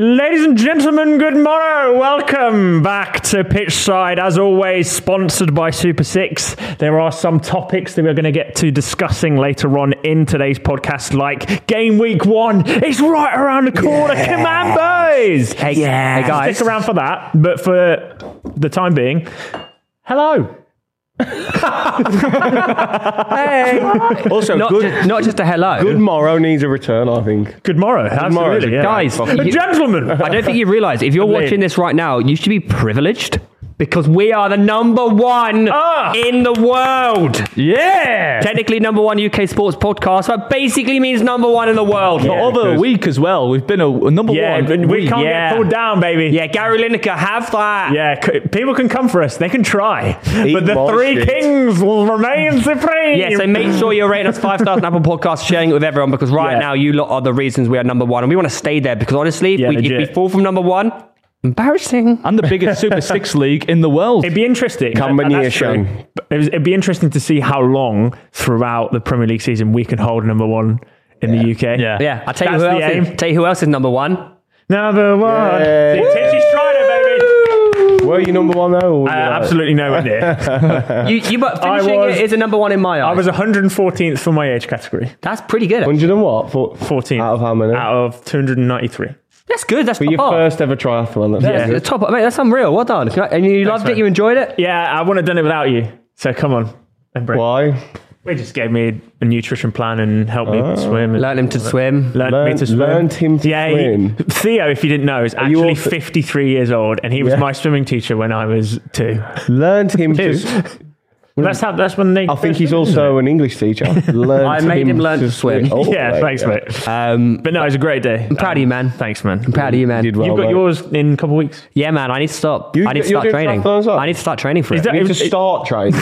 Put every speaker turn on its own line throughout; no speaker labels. Ladies and gentlemen, good morrow. Welcome back to Pitchside. As always, sponsored by Super Six. There are some topics that we're going to get to discussing later on in today's podcast, like game week one. It's right around the corner. Come on, boys. Hey,
Yes.
hey, guys. Stick around for that. But for the time being, hello.
Also,
Not,
good,
just, not just a hello.
good morrow needs a return, I think.
Good morrow.
morrow.
Absolutely, yeah.
Guys,
But
you-
gentlemen.
I don't think you realise if you're
Amazing.
watching this right now, you should be privileged because we are the number one
Ah.
in the world.
yeah.
Technically, number one UK sports podcast, but basically means number one in the world.
Yeah.
Yeah,
other
because-
week as well. We've been a, a number
Yeah,
one.
but we
week.
can't
yeah.
get pulled down, baby.
Gary Lineker, have that.
Yeah, c- people can come for us. They can try. but the
more
three
shit.
kings will remain supreme.
Yeah, so make sure you're rating us five stars on Apple Podcasts, sharing it with everyone because right
Yeah.
now you lot are the reasons we are number one, and we want to stay there because honestly, if
Yeah,
we, if we
legit.
fall from number one, embarrassing.
And the biggest Super Six league in the world.
It'd be interesting.
Come
and that's
near,
true. It was- It'd be interesting to see how long throughout the Premier League season we can hold number one in the UK.
Yeah.
Yeah, I tell you
That's
who
the
else.
aim.
Is, tell you who else is number one.
Number one.
Yay.
See, Titchy Strider, baby.
Were you number one though? or were
Uh,
you not?
absolutely nowhere near.
You, you but
I
finishing
was-
it is a number one in my
I
eyes.
was 114th for my age category.
That's pretty good.
100 and what? Four,
14th.
Out of how many?
Out of 293.
That's good. That's
For your
Oh.
top.
first ever triathlon. That's
That's
yeah.
the top. Mate, that's unreal. Well done. Can I- And you loved it.
man.
You enjoyed it.
Yeah, I wouldn't have done it without you. So come on. Embrace.
Why?
They just gave me a nutrition plan and helped me swim. And
Learned him to swim.
learned me
Learn,
to swim.
Ah. learned him to
Yeah, he,
swim.
Theo, if you didn't know, is
you
actually
also-
53 years old, and he was
Yeah.
my swimming teacher when I was two.
Learned him to. s-
That's how. That's when they.
I think he's also an English teacher. Learned
I made him learn to swim.
Oh,
Yeah,
there you
thanks,
go.
mate.
Um,
But no, it was a great day. I'm
proud of you, man.
Thanks, man.
I'm proud of you, man.
Did well,
You've got
mate.
yours in a couple of weeks.
Yeah, man. I need to stop.
You-
I need to
you're
start
doing
training.
triathlon as well?
I need to start training for it.
that-
You need to
It- it-
start training.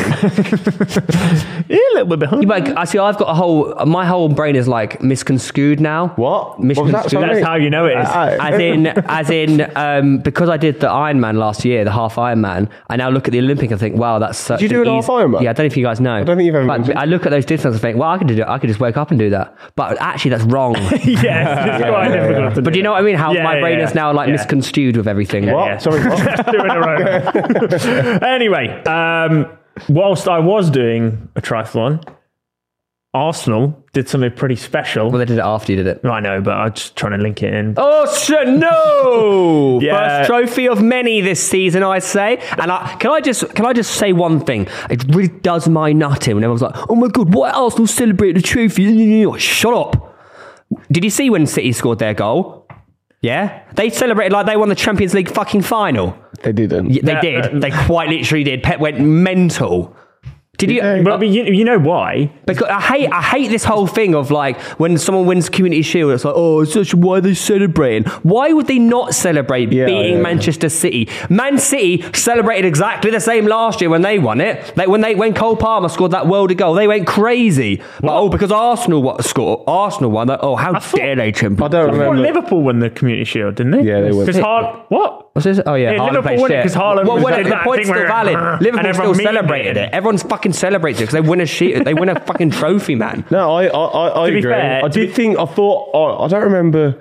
Yeah, a little bit behind.
Like I see, I've got a whole. My whole brain is like misconstrued now.
What?
Mission
What was that?
Street.
Sorry?
That's how you know it is.
Uh, uh,
As in, as in, um, because I did the Ironman last year, the half Ironman. I now look at the Olympic and think, wow, that's such.
you do
an
an half
easy-
Ironman?
Yeah, I don't know if you guys know. I
don't think you've ever
But
mentioned
I look at those distances and think, well, I could do it. I could just wake up and do that. But actually, that's wrong.
yes, it's quite difficult to
but do you know what I mean? How
Yeah,
my
yeah,
brain
yeah.
is now like
Yeah.
misconstrued with everything.
What? Sorry, what?
Two in a row. anyway, um, whilst I was doing a triathlon, Arsenal did something pretty special.
Well, they did it after you did it.
I know, but I'm just trying to link it in.
Oh shit! No,
Yeah.
first trophy of many this season, I say. And I, can I just can I just say one thing? It really does my nut in when everyone's like, "Oh my god, what Arsenal celebrate the trophy?" Shut up! Did you see when City scored their goal? Yeah, they celebrated like they won the Champions League fucking final.
They didn't.
Y- They
Yeah,
did.
uh,
they quite literally did. Pep went mental. Did you?
But, but you, you know why?
Because I hate, I hate this whole thing of like when someone wins Community Shield, it's like, oh, it's such why are they celebrating? Why would they not celebrate
Yeah,
beating
yeah.
Manchester City? Man City celebrated exactly the same last year when they won it. Like when they when Cole Palmer scored that worldie goal, they went crazy. Like, oh, because Arsenal wa- scored, Arsenal won. Like, oh, how
thought-
dare they trim?
I don't
Well,
remember.
Liverpool won the Community Shield, didn't they?
Yeah, they won.
Because Har- what?
What's this? Oh yeah,
Yeah,
Haaland
Liverpool
played
won it
shit.
'cause Haaland
Well,
was
well,
doing
the
that
point's
thing
still
where-
valid.
and
Liverpool
everyone
still
memed it.
celebrated it. Everyone's fucking celebrated it because they win a sheet. They win a fucking trophy, man.
No, I, I, I, I
To be
agree.
fair-
I
to
did
be-
think, I thought, I, I don't remember.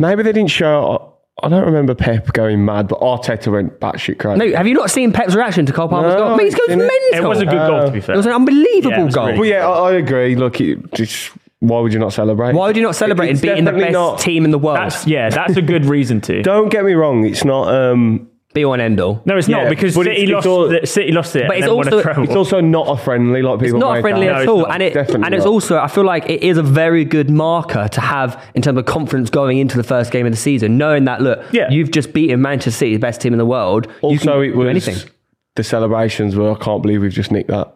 Maybe they didn't show. I, I don't remember Pep going mad, but Arteta went batshit crazy.
No, have you not seen Pep's reaction to Cole Palmer's
No,
goal? Mate, he's
I've
going
seen it.
mental.
It was a good goal, to be fair.
Oh. It was an unbelievable
Yeah, it was
goal.
really-
But yeah, I, I agree. Look, it, just why would you not celebrate?
Why would you not celebrate
It's
and beating the
definitely
best
not-
team in the world?
That's, yeah, that's a good reason to.
Don't get me wrong. It's not. Um,
Be on end all.
no, it's not
Yeah,
because
but
City,
it's-
lost
it's all-
the, City lost it and
But it's
then won
also-
a treble.
it's also not a friendly. Like people.
Not
made
friendly
out.
No,
at
it's
all,
not.
and it
Definitely
and it's
not.
also I feel like it is a very good marker to have in terms of confidence going into the first game of the season, knowing that look,
Yeah.
you've just beaten Manchester City, the best team in the world. you can
Also, it
do
was
anything.
the celebrations were. I can't believe we've just nicked that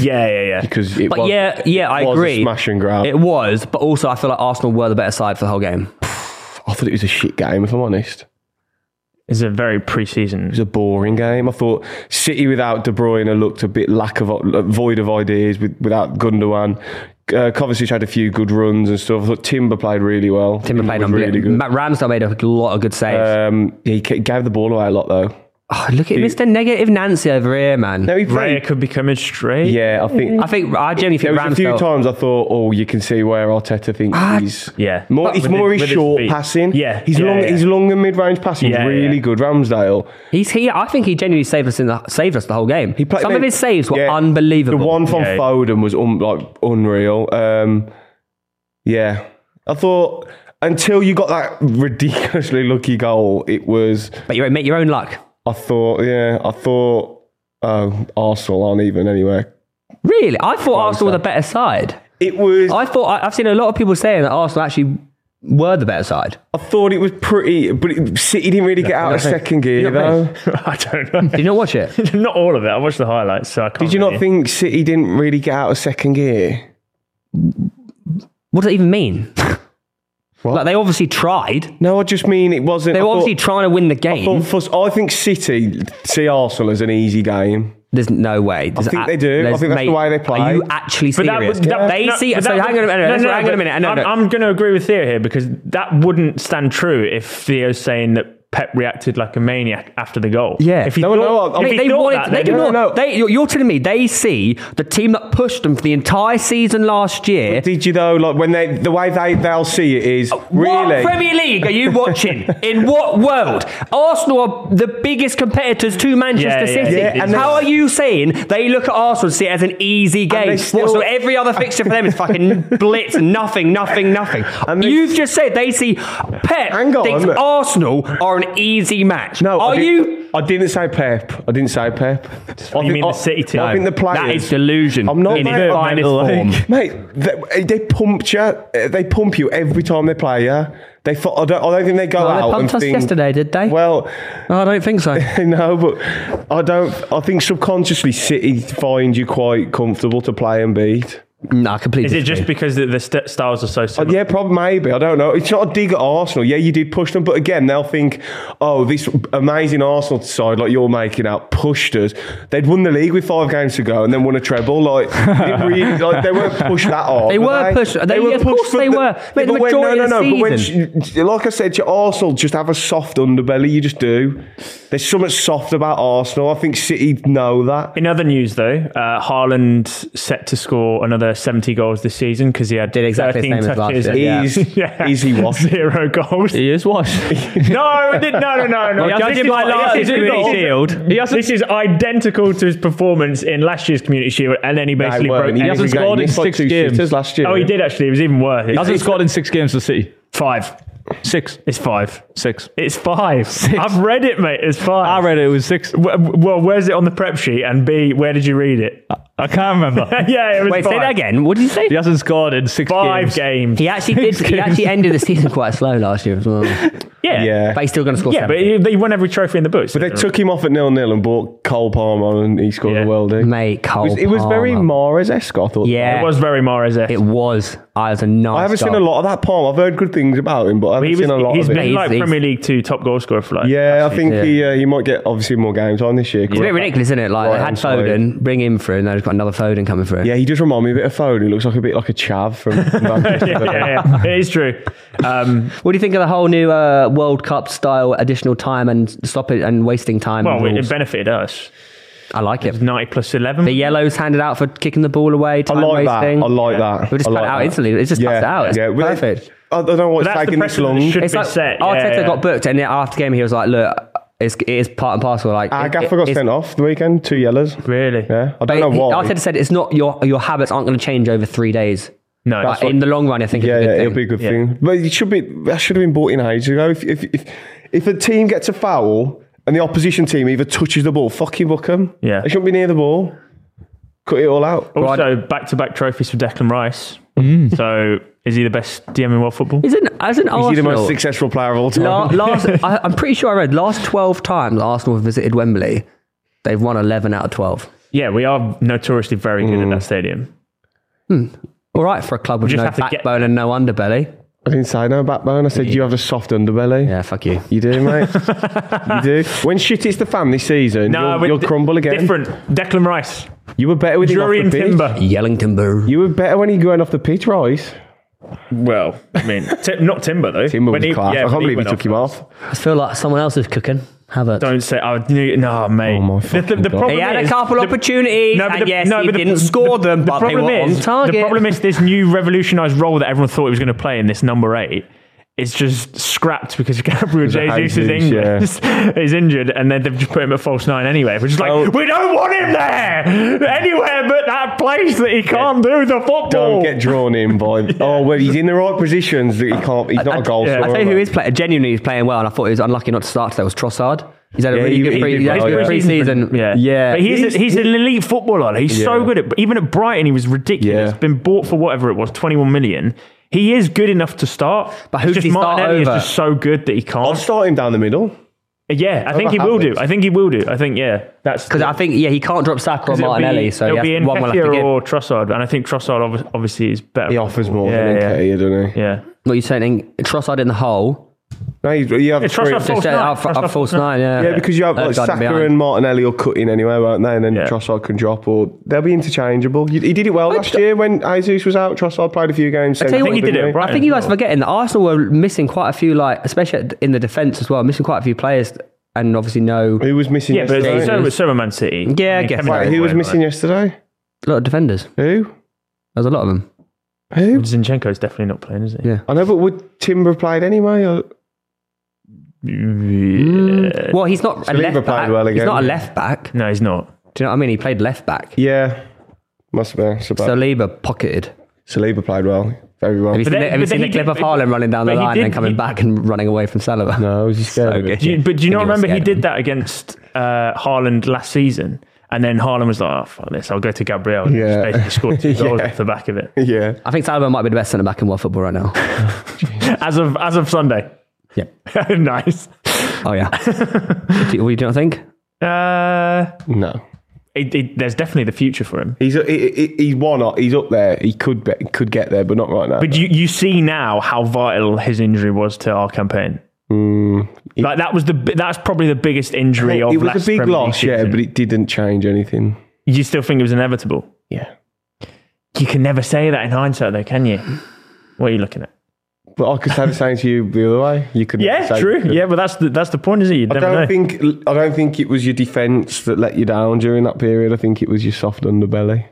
yeah, yeah, yeah.
because it
But
was.
yeah, yeah, I
was a
agree.
smash and grab.
It was, but also I feel like Arsenal were the better side for the whole game.
I thought it was a shit game. If I'm honest.
It's a very pre-season.
It was a boring game. I thought City without De Bruyne looked a bit lack of void of ideas with, without Gundogan. Uh, Kovacic had a few good runs and stuff. I thought Timber played really well.
Timber played
was
on
really good.
Matt Ramsdale made a lot of good saves.
Um, he ca- gave the ball away a lot though.
Oh, look at Mr. Negative Nancy over here, man.
No, he
Raya
played.
could be coming straight.
Yeah, I think.
I think I genuinely
There
think
was a few
Ramsdale.
times I thought, oh, you can see where Arteta thinks
Ah,
he's
yeah.
More,
But
it's
with
more
his-
his
with his
short
feet.
passing.
Yeah,
he's
yeah,
long,
yeah.
he's long and mid range passing.
Yeah,
is really
yeah.
good. Ramsdale.
He's he. I think he genuinely saved us in the saved us the whole game.
He played-
Some
they-
of his saves were
yeah.
unbelievable.
The one from
Yeah.
Foden was un, like unreal. Um, yeah, I thought until you got that ridiculously lucky goal, it was.
but you make your own luck.
I thought, yeah, I thought, oh, Arsenal aren't even anywhere.
Really, I thought Arsenal were the better side.
It was. I,
I thought I, I've seen a lot of people saying that Arsenal actually were the better side.
thought it was pretty, but it, City didn't really get out of second gear though.
I don't know.
Did you not watch it?
not all of it. I watched the highlights, so I can't.
Did you not
really-
think City didn't really get out of second gear?
What does it even mean? Like they obviously tried.
No, I just mean it wasn't.
They
I
were
thought-
obviously trying to win the
I thought
game.
first- I think City see Arsenal as an easy game.
There's no way. There's
think they do. I
there's-
think that's the way they play.
Are you actually
But that
serious?
would- that-
they
no,
see.
but
So
that
hang
would-
on a minute.
no,
let's-
no,
hang on a
but
minute. No,
I'm,
no.
going to agree with Theo here because that wouldn't stand true if Theo's saying that Pep reacted like a maniac after the goal.
Yeah.
If he
No,
thought,
no, I-
if
I-
he
Mate, they
thought
wanted.
that,
they
then-
do
No,
not.
no.
They, you're, you're telling me they see the team that pushed them for the entire season last year.
Did you though? Like when they, the way they they'll see it is really.
Uh, What Premier League are you watching? In what world? Arsenal are the biggest competitors to Manchester
Yeah, yeah,
City.
yeah,
and
How
they-
are you saying they look at Arsenal and see it as an easy game?
they
What,
still-
so every other fixture for them is fucking blitz, nothing, nothing, nothing.
And they-
You've just said they see Pep
Hang on.
thinks Arsenal are an easy match.
no,
are
I didn't-
you?
I didn't say Pep. I didn't say Pep. I
mean
I,
the City team?
I think the players.
That is delusion.
I'm not
in its
mad.
finest
Like-
form.
Mate, they, they pumped you. uh, They pump you every time they play you. They, thought, I, don't, I don't think they go
Oh, they
out
pumped
and
us
think,
yesterday, did they?
Well,
I don't think so.
no, but I don't. I think subconsciously City find you quite comfortable to play and beat.
no, completely.
Is it just because the, the st- styles are so
Uh,
similar?
Yeah, probably maybe. I don't know. It's not a dig at Arsenal. Yeah, you did push them, but again, they'll think, oh, this amazing Arsenal side like you're making out pushed us. They'd won the league with five games to go and then won a treble. Like, they, really, like, they weren't pushed that hard.
They were pushed- they- yeah, of course
for
they
the-
were. Mate, the
but when-
majority
no,
of
no,
the
no. But when, sh- like I said, to Arsenal just have a soft underbelly. You just do. There's something soft about Arsenal. I think City know that.
In other news, though, uh, Haaland set to score another 70 goals this season because he had
Did exactly the
13
same as last
touches.
year.
and-
Yeah.
Easy,
Yeah.
easy wash.
Zero goals.
He is washed.
No, it did- no, no, no, no.
Well, judging
This is
by
what-
last
this
year's
is
Community
not-
Shield.
He hasn't- this is identical to his performance in last year's Community Shield, and then he basically
weren't.
broke.
He
every-
hasn't
game.
scored in
It's like
six
two
games.
sitters last year.
Oh, he did actually. It was even worse. It's,
Hasn't scored in six games for City.
five.
Six.
It's five.
Six.
It's five. I've read it, mate. It's five.
I read it, it was six.
W- Well, where's it on the prep sheet? And B, where did you read it?
I can't remember.
yeah, it was
Wait,
five.
say that again. What did you say?
He hasn't scored in six
Five
games.
games.
He actually did. He actually ended the season quite slow last year as well.
Yeah.
Yeah.
But he's still going to score.
Yeah, but
70.
he, they won every trophy in the books.
They took him off at nil nil and bought Cole Palmer on and he scored
Yeah.
a worldie.
mate, Cole.
It was, it was very
Palmer.
Mares esque, I thought.
Yeah,
it was very Mares.
It was. I was a nice.
I haven't seen a lot of that Palmer. I've heard good things about him, but I haven't
He was,
seen a lot
he's
of
been
it.
He's-
like
he's-
Premier League two top goal scorer for like
Yeah, I think
yeah.
He, uh, he might get obviously more game time this year. 'cause-
It's a bit ridiculous, isn't it? Like
Right,
they
I'm
had
sorry.
Foden, bring him through, and now they've got another Foden coming through.
Yeah, he does remind me a bit of Foden. He looks like a bit like a chav from Manchester.
yeah, yeah, yeah. it is true. Um,
What do you think of the whole new uh, World Cup style additional time and stop it and wasting time?
well, it
rules?
benefited us.
I like it.
Ninety plus eleven.
The yellows handed out for kicking the ball away.
I
Time
like that. I
wasting.
like that.
We just
I
cut
like
it out
that.
instantly. It just cuts it out. It's
Well, they-
perfect.
I don't know what's
That's the
taking this
precedent that
long.
should
It's
be
like
set. Yeah,
Arteta
yeah.
got booked, and then after the game he was like, "Look, it's, it is part and parcel." Like,
Our
it-
gaffer Ah, got
it's-
sent off the weekend, two yellows.
really.
Yeah, I
But
don't know
he-
why.
Arteta said it's not your your habits aren't going to change over three days.
No,
But in the long run, I think
Yeah,
it's a
yeah,
good thing.
it'll be a good
Yeah.
thing. But it should be that should have been bought in ages ago. If if if, if a team gets a foul and the opposition team either touches the ball, fucking book them.
Yeah.
they shouldn't be near the ball. Cut it all out.
also back to back trophies for Declan Rice.
Mm.
So is he the best DM in world football?
Isn't as an
Is he the
Arsenal?
most successful player of all time?
la- last, I, I'm pretty sure I read last 12 times Arsenal have visited Wembley, they've won 11 out of 12.
Yeah, we are notoriously very good at
Mm.
that stadium.
All right for a club with
just
no
have to get-
backbone and no underbelly.
I didn't say no backbone. I said you have a soft underbelly.
Yeah, fuck you.
You do, mate. you do. When shit hits the fan this season,
but
you'll, you'll
di-
crumble again.
Different. Declan Rice,
You were better with him off
Drury
the
and
pitch.
Timber.
Yelling timber.
You were better when he going off the pitch, Rice.
Well, I mean, Tim not Timber though.
Timber
When
was
he-
class.
yeah,
I
when
can't believe he
went
took him off.
I feel like someone else is cooking. Havertz.
Don't say. I would, no, mate.
Oh, my
the, the,
fucking
the
God.
problem
He had a
is-
couple
the-
opportunities,
but
and yes, he
but
didn't score them, but they were on
is,
target.
The problem is this new revolutionised role that everyone thought he was going to play in this number eight is just scrapped because Gabriel
a
Jesus is,
Jesus, yeah.
English, is injured, and then they've just put him at false nine anyway. We're just like,
Oh.
we don't want him there anywhere but that place that he can't do the football.
Don't get drawn in by. Oh, well, he's in the right positions. That he can't. He's not a goal
yeah.
scorer.
I
I tell you who
mate.
is playing genuinely he's playing well, and I thought he was unlucky not to start. That was Trossard. He's had a
Yeah,
really
he-
good
he
pre-
did
he's
well,
had a good
yeah.
pre-season.
Yeah,
yeah.
But he's
He's-
he's, an elite footballer. He's so
Yeah.
good at even at Brighton. He was ridiculous.
Yeah.
Been bought for whatever it was, twenty one million. He is good enough to start.
But
It's
who's
just
he start
Martinelli
over?
is just so good that he
I'll
can't.
start him down the middle.
yeah, I think he
over
will do.
Havertz.
I think he will do. I think yeah, that's
Because I think yeah, he can't drop Saka or
it'll
Martinelli,
be,
so
it'll
he has-
be
one will have to
Nketiah
give.
or Trossard, and I think Trossard obvi- obviously is better.
He offers more
Yeah,
than
yeah.
Nketiah, doesn't he?
Yeah,
What are you saying? Trossard in the hole.
No, you, you have
Yeah,
three.
Trossard- False
Just uh,
nine.
up, up
Trossard-
false nine. Yeah.
Yeah, because you have like
Odegaard
Saka
behind.
and Martinelli will cut in anyway, won't they? And then
Yeah.
Trossard can drop, or they'll be interchangeable. You- He did it well last year when Jesus was out. Trossard played a few games.
tell you
same
what,
club,
he did
didn't
it right.
I think you guys are forgetting that Arsenal were missing quite a few, like especially in the defence as well, missing quite a few players, and obviously no
Who was missing
yeah, but
yesterday?
so, was- so were Man City.
Yeah, I
mean,
guess.
Kevin
Wait,
Owens,
who was
whatever.
missing yesterday?
lot of defenders.
Who?
There's a lot of them.
Who?
Zinchenko's definitely not playing, is he?
Yeah.
I know, but would Timber have played anyway? Or,
Well, he's not a
Saliba
left
played
back.
well
he's
again.
not a left back.
No, he's not.
Do you know what I mean? He played left back.
yeah, must have been. So,
Saliba pocketed.
Saliba played well, very well.
Have you seen,
then-
the, have you
but then
seen the
he
clip
did-
of Haaland running down the
but he
line and then
did-
coming
he-
back and running away from Saliba?
No, was he scared?
So
of it?
good.
Do you, but do you not
I think he was
remember he
scared.
did that against uh, Haaland last season? And then Haaland was like, oh, fuck this, I'll go to Gabriel. And
Yeah.
yeah. basically scored two goals
Yeah.
off the back of it.
Yeah,
I think Saliba might be the best centre back in world football right now.
As of, as of Sunday.
yeah.
nice.
Oh yeah. do, you- what do you not think?
Uh,
no.
it, it, there's definitely the future for him.
He's he, he, he's one up. He's up there. He could be, could get there, but not right now.
But you, you see now how vital his injury was to our campaign. like that was the bi- that's probably the biggest injury of
Mm. it was
last
a big
Premier League
loss, yeah,
season.
but it didn't change anything.
you still think it was inevitable.
Yeah,
You can never say that in hindsight, though, can you? What are you looking at?
but I could say the same to you the other way. You could.
Yeah,
say-
true. Yeah, but that's the, that's the point, isn't it? You
I
never
don't
know.
think I don't think it was your defence that let you down during that period. I think it was your soft underbelly.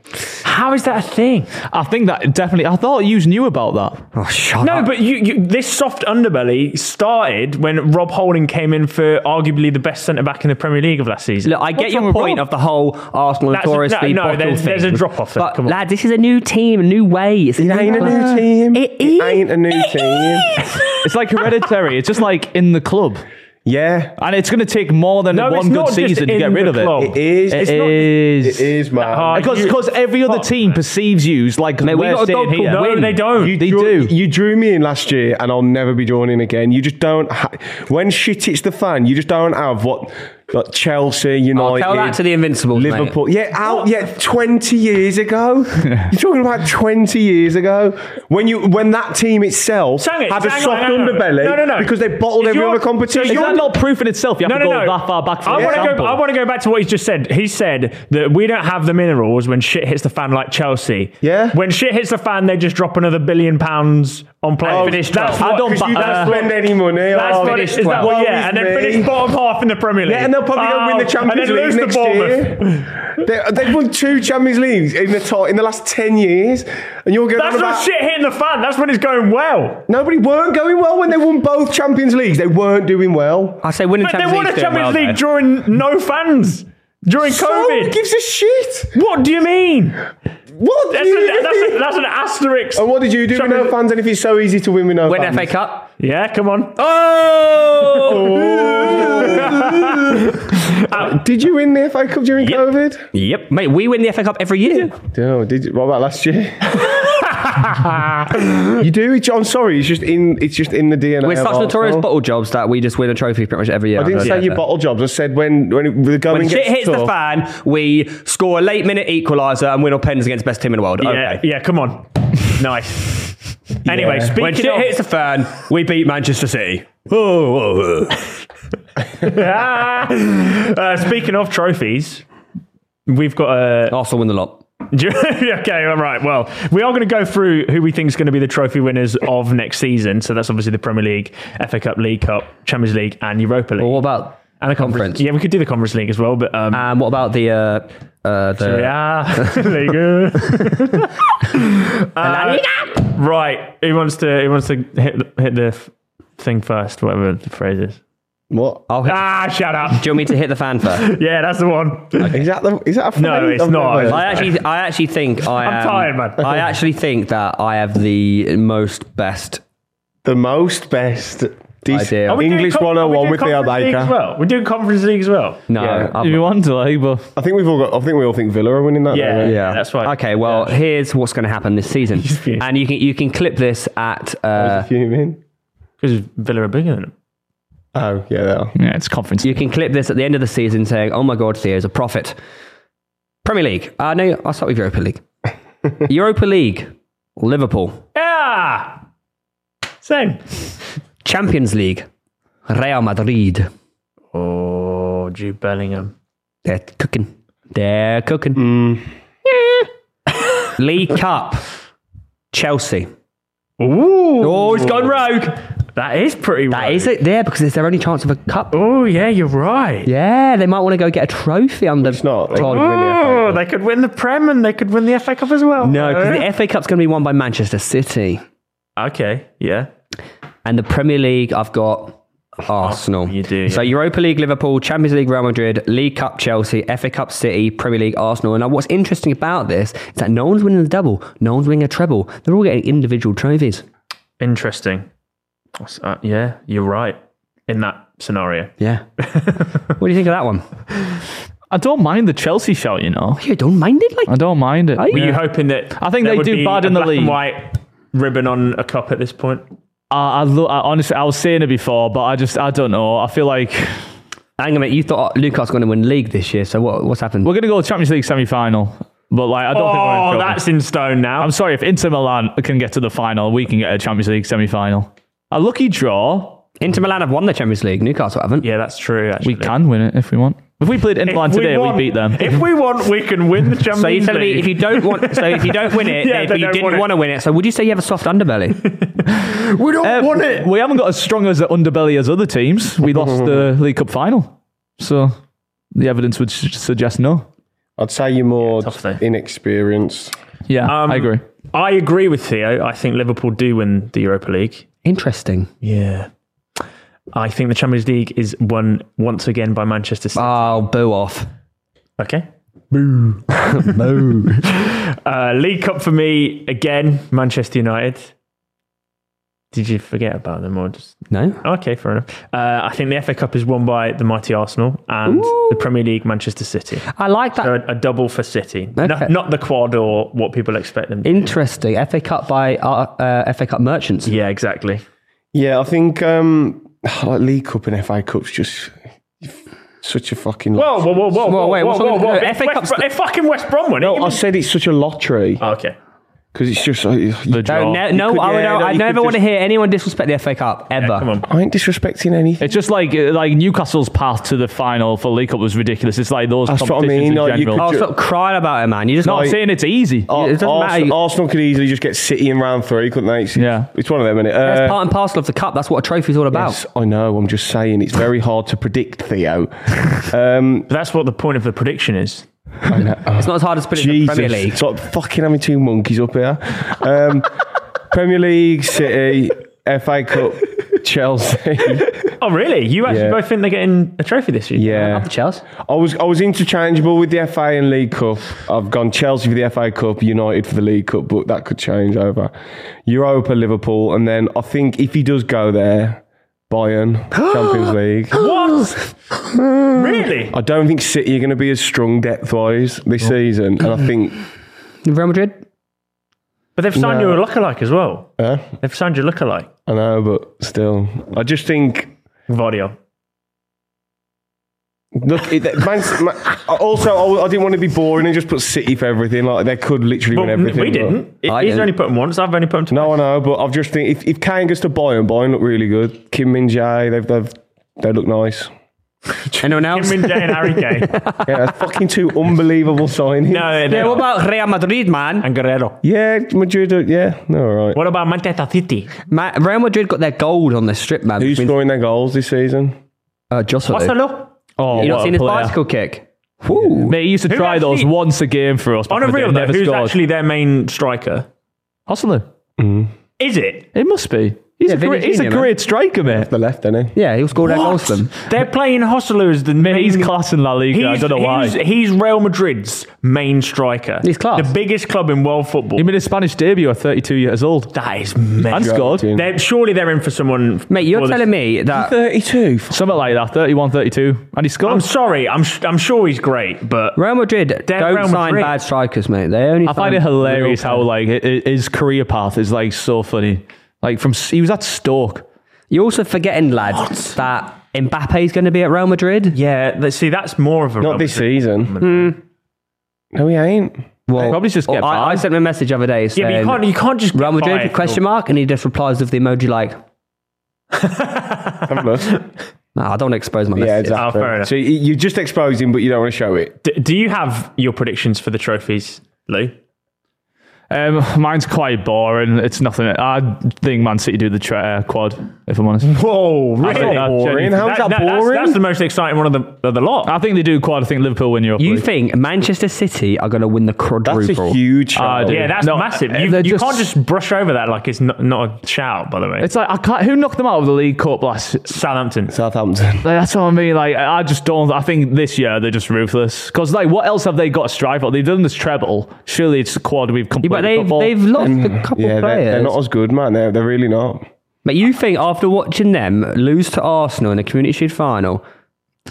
How is that a thing?
I think that definitely. I thought you knew about that.
Oh shut
No,
up.
but you, you, this soft underbelly started when Rob Holding came in for arguably the best centre back in the Premier League of last season.
Look, I get
What's
your
wrong with
point
Rob?
of the whole Arsenal
That's-
notoriously
no, no,
bottle
there's-
thing.
there's a drop-off there.
But
Come on.
lad, this is a new team, a new way. It's
It ain't a new team.
It is.
ain't a new team.
It's like hereditary. it's just like in the club,
Yeah,
and it's going to take more than
No, it's
one good
not just
season to
in
get rid
the
of it.
club.
it is.
It
It's not- It
is.
is, man.
hard.
Because
You-
because every other
Fuck.
team perceives you as like
Mate, we
we're
got a goal
staying
called
here.
no,
win.
they don't.
They
drew,
do.
You drew me in last year, and I'll never be drawn in again. You just don't. Ha- when shit hits the fan, you just don't have what like Chelsea,
Oh,
United,
tell that to the Invincibles, mate.
Liverpool. Yeah, out. Yeah, twenty years ago. You're talking about twenty years ago when you when that team itself
Hang it,
had a
hang on,
soft
hang on.
underbelly.
No, no, no.
Because they bottled
Is
every
your-
other competition.
is
Is
your-
that not proof in itself? You have
No,
to
no,
go
no.
that far back for
I want to go.
example.
I want to go back to what he just said. He said that we don't have the minerals when shit hits the fan, like Chelsea.
Yeah.
When shit hits the fan, they just drop another billion pounds on players.
Oh,
Finish
twelfth.
that's
I
what-
don't
because
bu-
you don't
uh,
spend
spend any money.
That's
Oh,
what it
finish
is. Is that what,
twelfth.
yeah, and then
Woe is me.
finish bottom half in the Premier League.
Yeah, and they'll probably go win the Champions
Oh, and then
League
lose
next
to Bournemouth.
year. they, they've won two Champions Leagues in the to- in the last ten years, and you're going
That's
on
not
about
shit hitting the fan. That's when it's going well.
nobody weren't going well when they won both Champions Leagues. They weren't doing well.
I say winning
But they
Champions
won
League's
a
doing
Champions
well,
League
though.
during no fans during
So who
COVID.
gives a shit?
What do you mean?
What?
That's,
do you
a, that's,
mean?
a, that's an asterisk.
and what did you do with no
Champions-
fans? And if it's so easy to win with no
Win
fans,
FA Cup.
Yeah, come on.
Oh, did you win the FA Cup during COVID?
Yep, mate. We win the FA Cup every year.
No, did you, what about last year? you do. It's, I'm sorry. It's just in. It's just in the DNA.
We're
of
such notorious
Arsenal.
bottle jobs that we just win a trophy pretty much every year.
I didn't
I've
say
heard
you
that.
bottle jobs. I said when when it, the going
When shit
gets
hits
tough,
the fan, we score a late minute equaliser and win on pens against best team in the world.
Yeah,
Okay.
yeah, come on. Nice. Anyway,
Yeah.
speaking
When shit
of,
hits the fan, we beat Manchester City. Whoa, whoa, whoa.
uh, speaking of trophies, we've got a.
Arsenal win the lot.
okay, all right. Well, we are going to go through who we think is going to be the trophy winners of next season. So that's obviously the Premier League, FA Cup, League Cup, Champions League, and Europa League.
Well, what about
And a conference.
Conference.
Yeah, we could do the conference league as well, but um,
Um, what about the uh, uh, the
yeah, league.
La Liga?
Uh, Right, who wants to? Who wants to hit the- hit the f- thing first? Whatever the phrase is.
What?
I'll hit-
Ah, shut up.
Do you want me to hit the fan first?
Yeah, that's the one.
Is that the? Is that a
No,
phrase?
it's
I've
not.
never-
I actually, I actually think I
I'm
am.
tired, man.
I actually think that I have the most best.
The most best. This
Idea. Are we
English
one oh
101 with the
as
Baker.
well. We're doing conference league as well.
No,
Yeah.
I'm-
If you want to, like, but
I think we've all got. I think we all think Villa are winning that.
Yeah.
don't we?
yeah,
that's right.
Okay, well, here's what's going to happen this season,
fuming.
and you can you can clip this at. Uh,
You mean?
Because Villa are bigger than them.
Oh yeah, they are.
yeah, it's conference.
you can clip this at the end of the season saying, "Oh my God, Theo's a prophet." Premier League. Uh, no, I'll start with Europa League. Europa League, Liverpool.
Yeah. Same.
Champions League, Real Madrid.
Oh, Jude Bellingham.
They're cooking. They're cooking. League Cup, Chelsea.
Ooh.
Oh, it's gone rogue.
That is pretty.
That is it there because it's their only chance of a cup.
Oh yeah, you're right.
Yeah, they might want to go get a trophy under.
It's not. They
Todd.
could win the FA
Oh,
Cup.
they could win the Prem and they could win the FA Cup as well. Oh,
No, because the FA Cup's going to be won by Manchester City,
okay, yeah.
and the Premier League I've got Arsenal.
you do,
So Europa League, Liverpool, Champions League, Real Madrid, League Cup, Chelsea, FA Cup, City, Premier League, Arsenal. And now what's interesting about this is that no one's winning the double, no one's winning a treble. They're all getting individual trophies.
Interesting. Uh, yeah, you're right in that scenario.
Yeah. what do you think of that one?
I don't mind the Chelsea shout, you know.
You don't mind it, like
I don't mind it.
Are you?
Were you
Yeah.
hoping that
I think
there
they
would
do
be
bad
a
in the
black and
league.
white ribbon on a cup at this point?
I, I, lo- I honestly, I was saying it before, but I just, I don't know. I feel like
Hang on a minute, you thought Lucas going to win league this year, so what, what's happened?
we're gonna go Champions League semi-final, but like, I don't think we're in
Oh,
trouble.
that's in stone now.
I'm sorry if Inter Milan can get to the final, we can get a Champions League semi-final. A lucky draw,
Inter Milan have won the Champions League, Newcastle haven't.
yeah, that's true. Actually,
we can win it if we want. If we played Inter
If
Milan
we
today, we
want-
beat them.
If we want, we can win the Champions
So you're telling
League.
me if you don't want, so if you don't win it,
Yeah,
if
they
you
don't
didn't
want it.
want to win it, so would you say you have a soft underbelly?
we don't
Uh, We haven't got as strong as an underbelly as other teams. We lost the League Cup final, so the evidence would s- suggest no.
I'd say you're more
tough though.
inexperienced.
Yeah,
Um,
I agree.
I agree with Theo. I think Liverpool do win the Europa League.
Interesting.
Yeah. I think the Champions League is won once again by Manchester City.
Oh, boo off.
okay. Boo. Boo. uh, League Cup for me, again, Manchester United. Did you forget about them or just.
No.
Okay, fair enough. Uh, I think the FA Cup is won by the mighty Arsenal and the Premier League, Manchester City.
I like that.
So a, a double for City. No-
Okay.
not the quad or what people expect them to
Interesting. FA Cup by uh, uh, FA Cup merchants.
Yeah, exactly.
Yeah, I think um, like League Cup and FA Cup's just such a fucking.
Whoa, whoa, whoa, whoa,
Whoa,
whoa,
wait,
whoa,
what's
whoa,
on the-
whoa.
no,
It's
FA
West
Cup's
Bro-
the-
it's fucking West Brom, wouldn't
No, I said it's such a lottery
Okay.
because it's just. uh,
The
you-
draw.
No, no,
could-
I, would,
yeah, no,
I
you
never
could
want to
just-
hear anyone disrespect the FA Cup ever.
Come on.
I ain't disrespecting anything.
It's just like uh, like Newcastle's path to the final for League Cup was ridiculous. It's like those
That's what I
competitions
mean,
in
like, you Oh,
general.
Oh,
could-
stop crying about it, man. You just
no,
not
I'm saying it's easy.
Ar-
it doesn't
Arsenal,
matter.
Arsenal could easily just get City in round three, couldn't they? It's,
Yeah.
it's one of them, isn't it?
That's
Uh,
part and parcel of the cup. That's what a trophy's all about.
yes, I know. I'm just saying it's very hard to predict, Theo. Um,
But that's what the point of the prediction is.
It's not as hard as putting it in the
Jesus,
Premier League.
it's like fucking having two monkeys up here. Um, Premier League, City, FA Cup, Chelsea.
Oh, really? You actually
Yeah.
both think they're getting a trophy this year?
Yeah,
Chelsea.
I was I was interchangeable with the FA and League Cup. I've gone Chelsea for the FA Cup, United for the League Cup, but that could change over. Europa, Liverpool, and then I think if he does go there, Bayern Champions League.
What? really?
I don't think City are going to be as strong depth wise this
Oh.
season, and I think
Real Madrid.
But they've signed
No.
you a lookalike as well.
uh,
They've signed you a lookalike.
I know, but still, I just think
Vardio.
Look, it, that- man, man, also I, w- I didn't want to be boring and just put City for everything. Like they could literally
Well,
win
n-
everything.
we
but-
didn't. It-
I
He's
didn't.
only put him once. I've only put him twice.
No, I know, but I've just think if if Kane goes to Bayern, Bayern look really good. Kim Min Jae, they've they've they look nice.
Anyone else?
Kim Min Jae and Harry Kane.
Yeah, that's fucking two unbelievable signings.
No, they're
Yeah,
not.
what about Real Madrid, man?
and Guerrero.
Yeah, Madrid. are- Yeah, no, all right.
What about Manchester City?
Ma- Real Madrid got their gold on this strip, man.
Who's
Which means-
scoring their goals this season?
uh, Joselu.
What's the look?
Oh,
You
what
not
a
seen his
player.
bicycle kick? Woo.
Mate, he used to
Who
try those
actually-
once a game for us.
On
back
a
in the day,
real though,
never
who's
scored.
actually their main striker?
Hustler?
Is it?
It must be. He's
Yeah,
a
Vinny
great, he's a
Junior, man.
great striker, mate.
The left, isn't he?
Yeah, he'll score that goal
What?
for them.
They're playing Hostler as the main.
Mate, he's class in La Liga. I
He's-
don't know why.
He's, he's Real Madrid's main striker.
He's class.
The biggest club in world football.
He made his Spanish debut at 32 years old
That is mad.
and scored.
Junior.
They're, surely they're in for someone.
Mate, you're
well,
telling me that
32.
Something like that, 31, 32. And he
I'm
scored.
sorry. I'm sh- I'm sure he's great, but
Real Madrid
Damn
don't
Real
sign
Madrid.
bad strikers, mate. They only.
I find it hilarious how like i- i- his career path is like so funny. Like from s- he was at Stoke.
You're also forgetting, lad, that Mbappe is going to be at Real Madrid.
yeah. let's See, that's more of a
Not this season.
Hmm.
No, he ain't.
Well,
Probably just get
I, I
by.
sent him a message the other day
Yeah,
saying
but you can't you can't just
Real
get
Madrid
fired for-
question mark, and he just replies with the emoji like,
Have a look.
"No, I don't want to expose my
yeah,
message."
Oh,
exactly.
fair enough.
so you- you just expose him, but you don't want to show it.
D- do you have your predictions for the trophies, Lou?
Um, mine's quite boring. It's nothing. I think Man City do the tra- uh, quad. If I'm honest,
Whoa,
really? think that's
Boring.
That- Ah,
How's that,
that's-
boring?
That's, the most exciting one of the of the lot.
I think they do quad. I think Liverpool win Europa.
You
League.
think Manchester City are going to win the quadruple?
That's a huge
I
shout.
do.
yeah, that's
No,
massive.
uh,
You,
they're
you
just-
can't just brush over that like it's not, not a shout. By the way,
It's like I can't. Who knocked them out of the League Cup last?
Southampton.
Southampton.
Like, that's what I mean. Like I just don't. I think this year they're just ruthless. Because like, what else have they got to strive for? They've done this treble. Surely it's the quad we've
Yeah,
completed.
but they've,
football.
they've lost a couple
Yeah, they're,
players.
they're not as good, man. They're, they're really not.
But you think after watching them lose to Arsenal in the Community Shield final,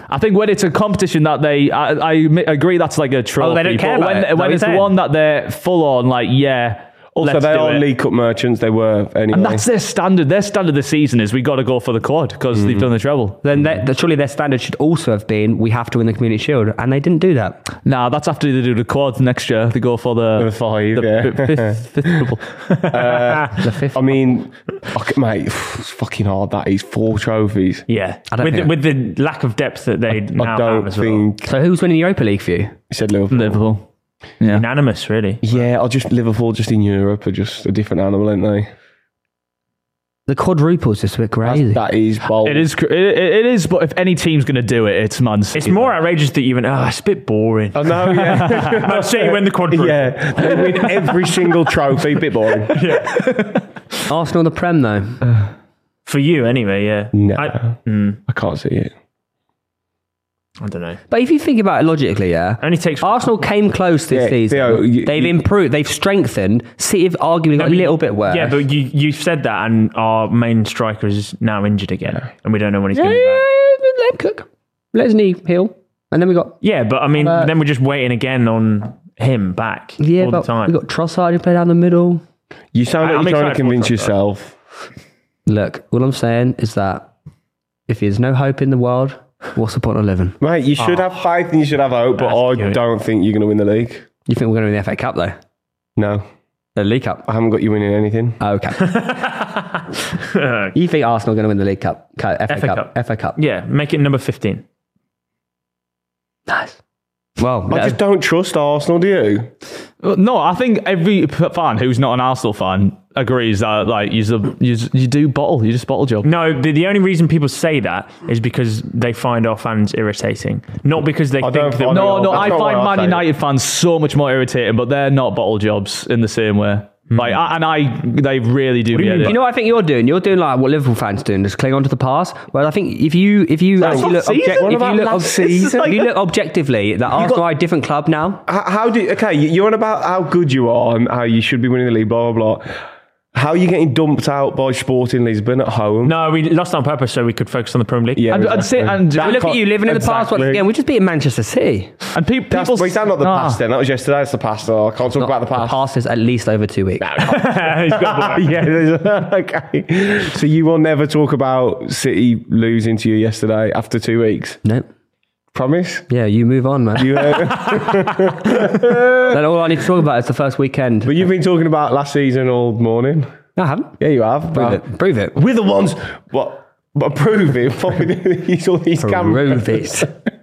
I think when it's a competition that they, I, I admit- agree that's like a trophy.
Oh, they don't care about
but when,
it. Is that what
when
you're
it's the
saying?
one that they're full on, like yeah.
Also,
let's
they
do
are
it.
League Cup merchants. They were anyway.
And that's their standard. Their standard this season is we got to go for the quad because they've done the treble.
then they, that- surely their standard should also have been we have to win the Community Shield, and they didn't do that.
Nah, that's after they do the quad next year. They go for the,
The five,
the
yeah.
fi- fifth, fifth treble.
I mean, fuck, mate, it's fucking hard. That is four trophies.
yeah,
don't
with the,
think-
with the lack of depth that they now
I
have
don't
as well.
think.
So who's winning the Europa League for you?
He said Liverpool.
Liverpool.
Unanimous, really.
Yeah, I just Liverpool, just in Europe, are just a different animal, aren't they?
The quadruple's just a bit crazy.
That's, that is bold.
It is. cr- It, it it is. But if any team's going to do it, it's Man City.
It's more outrageous that you even. Oh, it's a bit boring.
I know. Yeah,
Man City win the quadruple.
yeah. They win every single trophy. Bit boring.
Arsenal in the Prem though.
for you anyway. Yeah,
No,
I,
I, can't see it.
I don't know.
But if you think about it logically, yeah,
Only takes
Arsenal came close this
Yeah,
season.
Theo, you-
they've
you-
improved. They've strengthened. City have arguably got a
but you-
little bit worse.
Yeah, but you you said that, and our main striker is now injured again, and we don't know when he's
yeah,
going to be back.
let him cook. Let his knee heal, and then we got
Yeah, but I mean,
Uh,
then we're just waiting again on him back
yeah,
all
but
the time.
we got Trossard who played down the middle.
You sound
I-
like
I'm
you're trying
excited
to
for
convince
Trump, though.
yourself.
Look, all I'm saying is that if there's no hope in the world, what's the point of living?
Mate, you should
Ah.
have faith and you should have hope, but I
cute.
don't think you're going to win the league.
You think we're going to win the FA Cup though?
No,
The League Cup. Oh,
I haven't got you winning anything.
Okay. you think Arsenal are going to win the League Cup? Cu- FA,
FA
Cup.
Cup.
FA Cup.
yeah, make it number fifteen.
Nice. Well,
I
no.
just don't trust Arsenal, do you?
Well, No, I think every p- fan who's not an Arsenal fan agrees that like you you, you do bottle, you just bottle job.
No, the, the only reason people say that is because they find our fans irritating, not because they
I
think
don't
that.
find
No,
No,
no,
that's
I
not
find
what I
Man
say.
United fans so much more irritating, but they're not bottle jobs in the same way. Like, I, and I, they really do. get
mean
it.
You know what I think you're doing? You're doing like what Liverpool fans doing, just cling on to the past. Whereas I think if you if you actually look,
last season.
object-
What
if you
about
look,
last
ob- if
season?
you look objectively, that Arsenal are a different club now.
How, how do? Okay, you- you're on about how good you are and how you should be winning the league. Blah blah blah. How are you getting dumped out by Sporting Lisbon at home?
no, we lost on purpose so we could focus on the Premier League.
Yeah,
and, and, say,
exactly.
and,
That
Look
and look
at
can't-
you living in the past once
Exactly.
again. We just beating Manchester City.
and pe- people. Ah,
That's, wait, that's not the
Nah.
past. Then that was yesterday. That's the past. though. I can't talk about the
The
past.
past is at least over two weeks.
He's got the-
yeah. there's- okay. So you will never talk about City losing to you yesterday after two weeks.
No.
Promise.
Yeah, you move on, man.
You, uh,
then all I need to talk about is the first weekend.
but you've been talking about last season all morning.
No, I haven't.
Yeah, you have.
Prove
Well,
it. Prove it.
We're the ones. What? But prove it. What we do- He's all these cameras.
Prove it.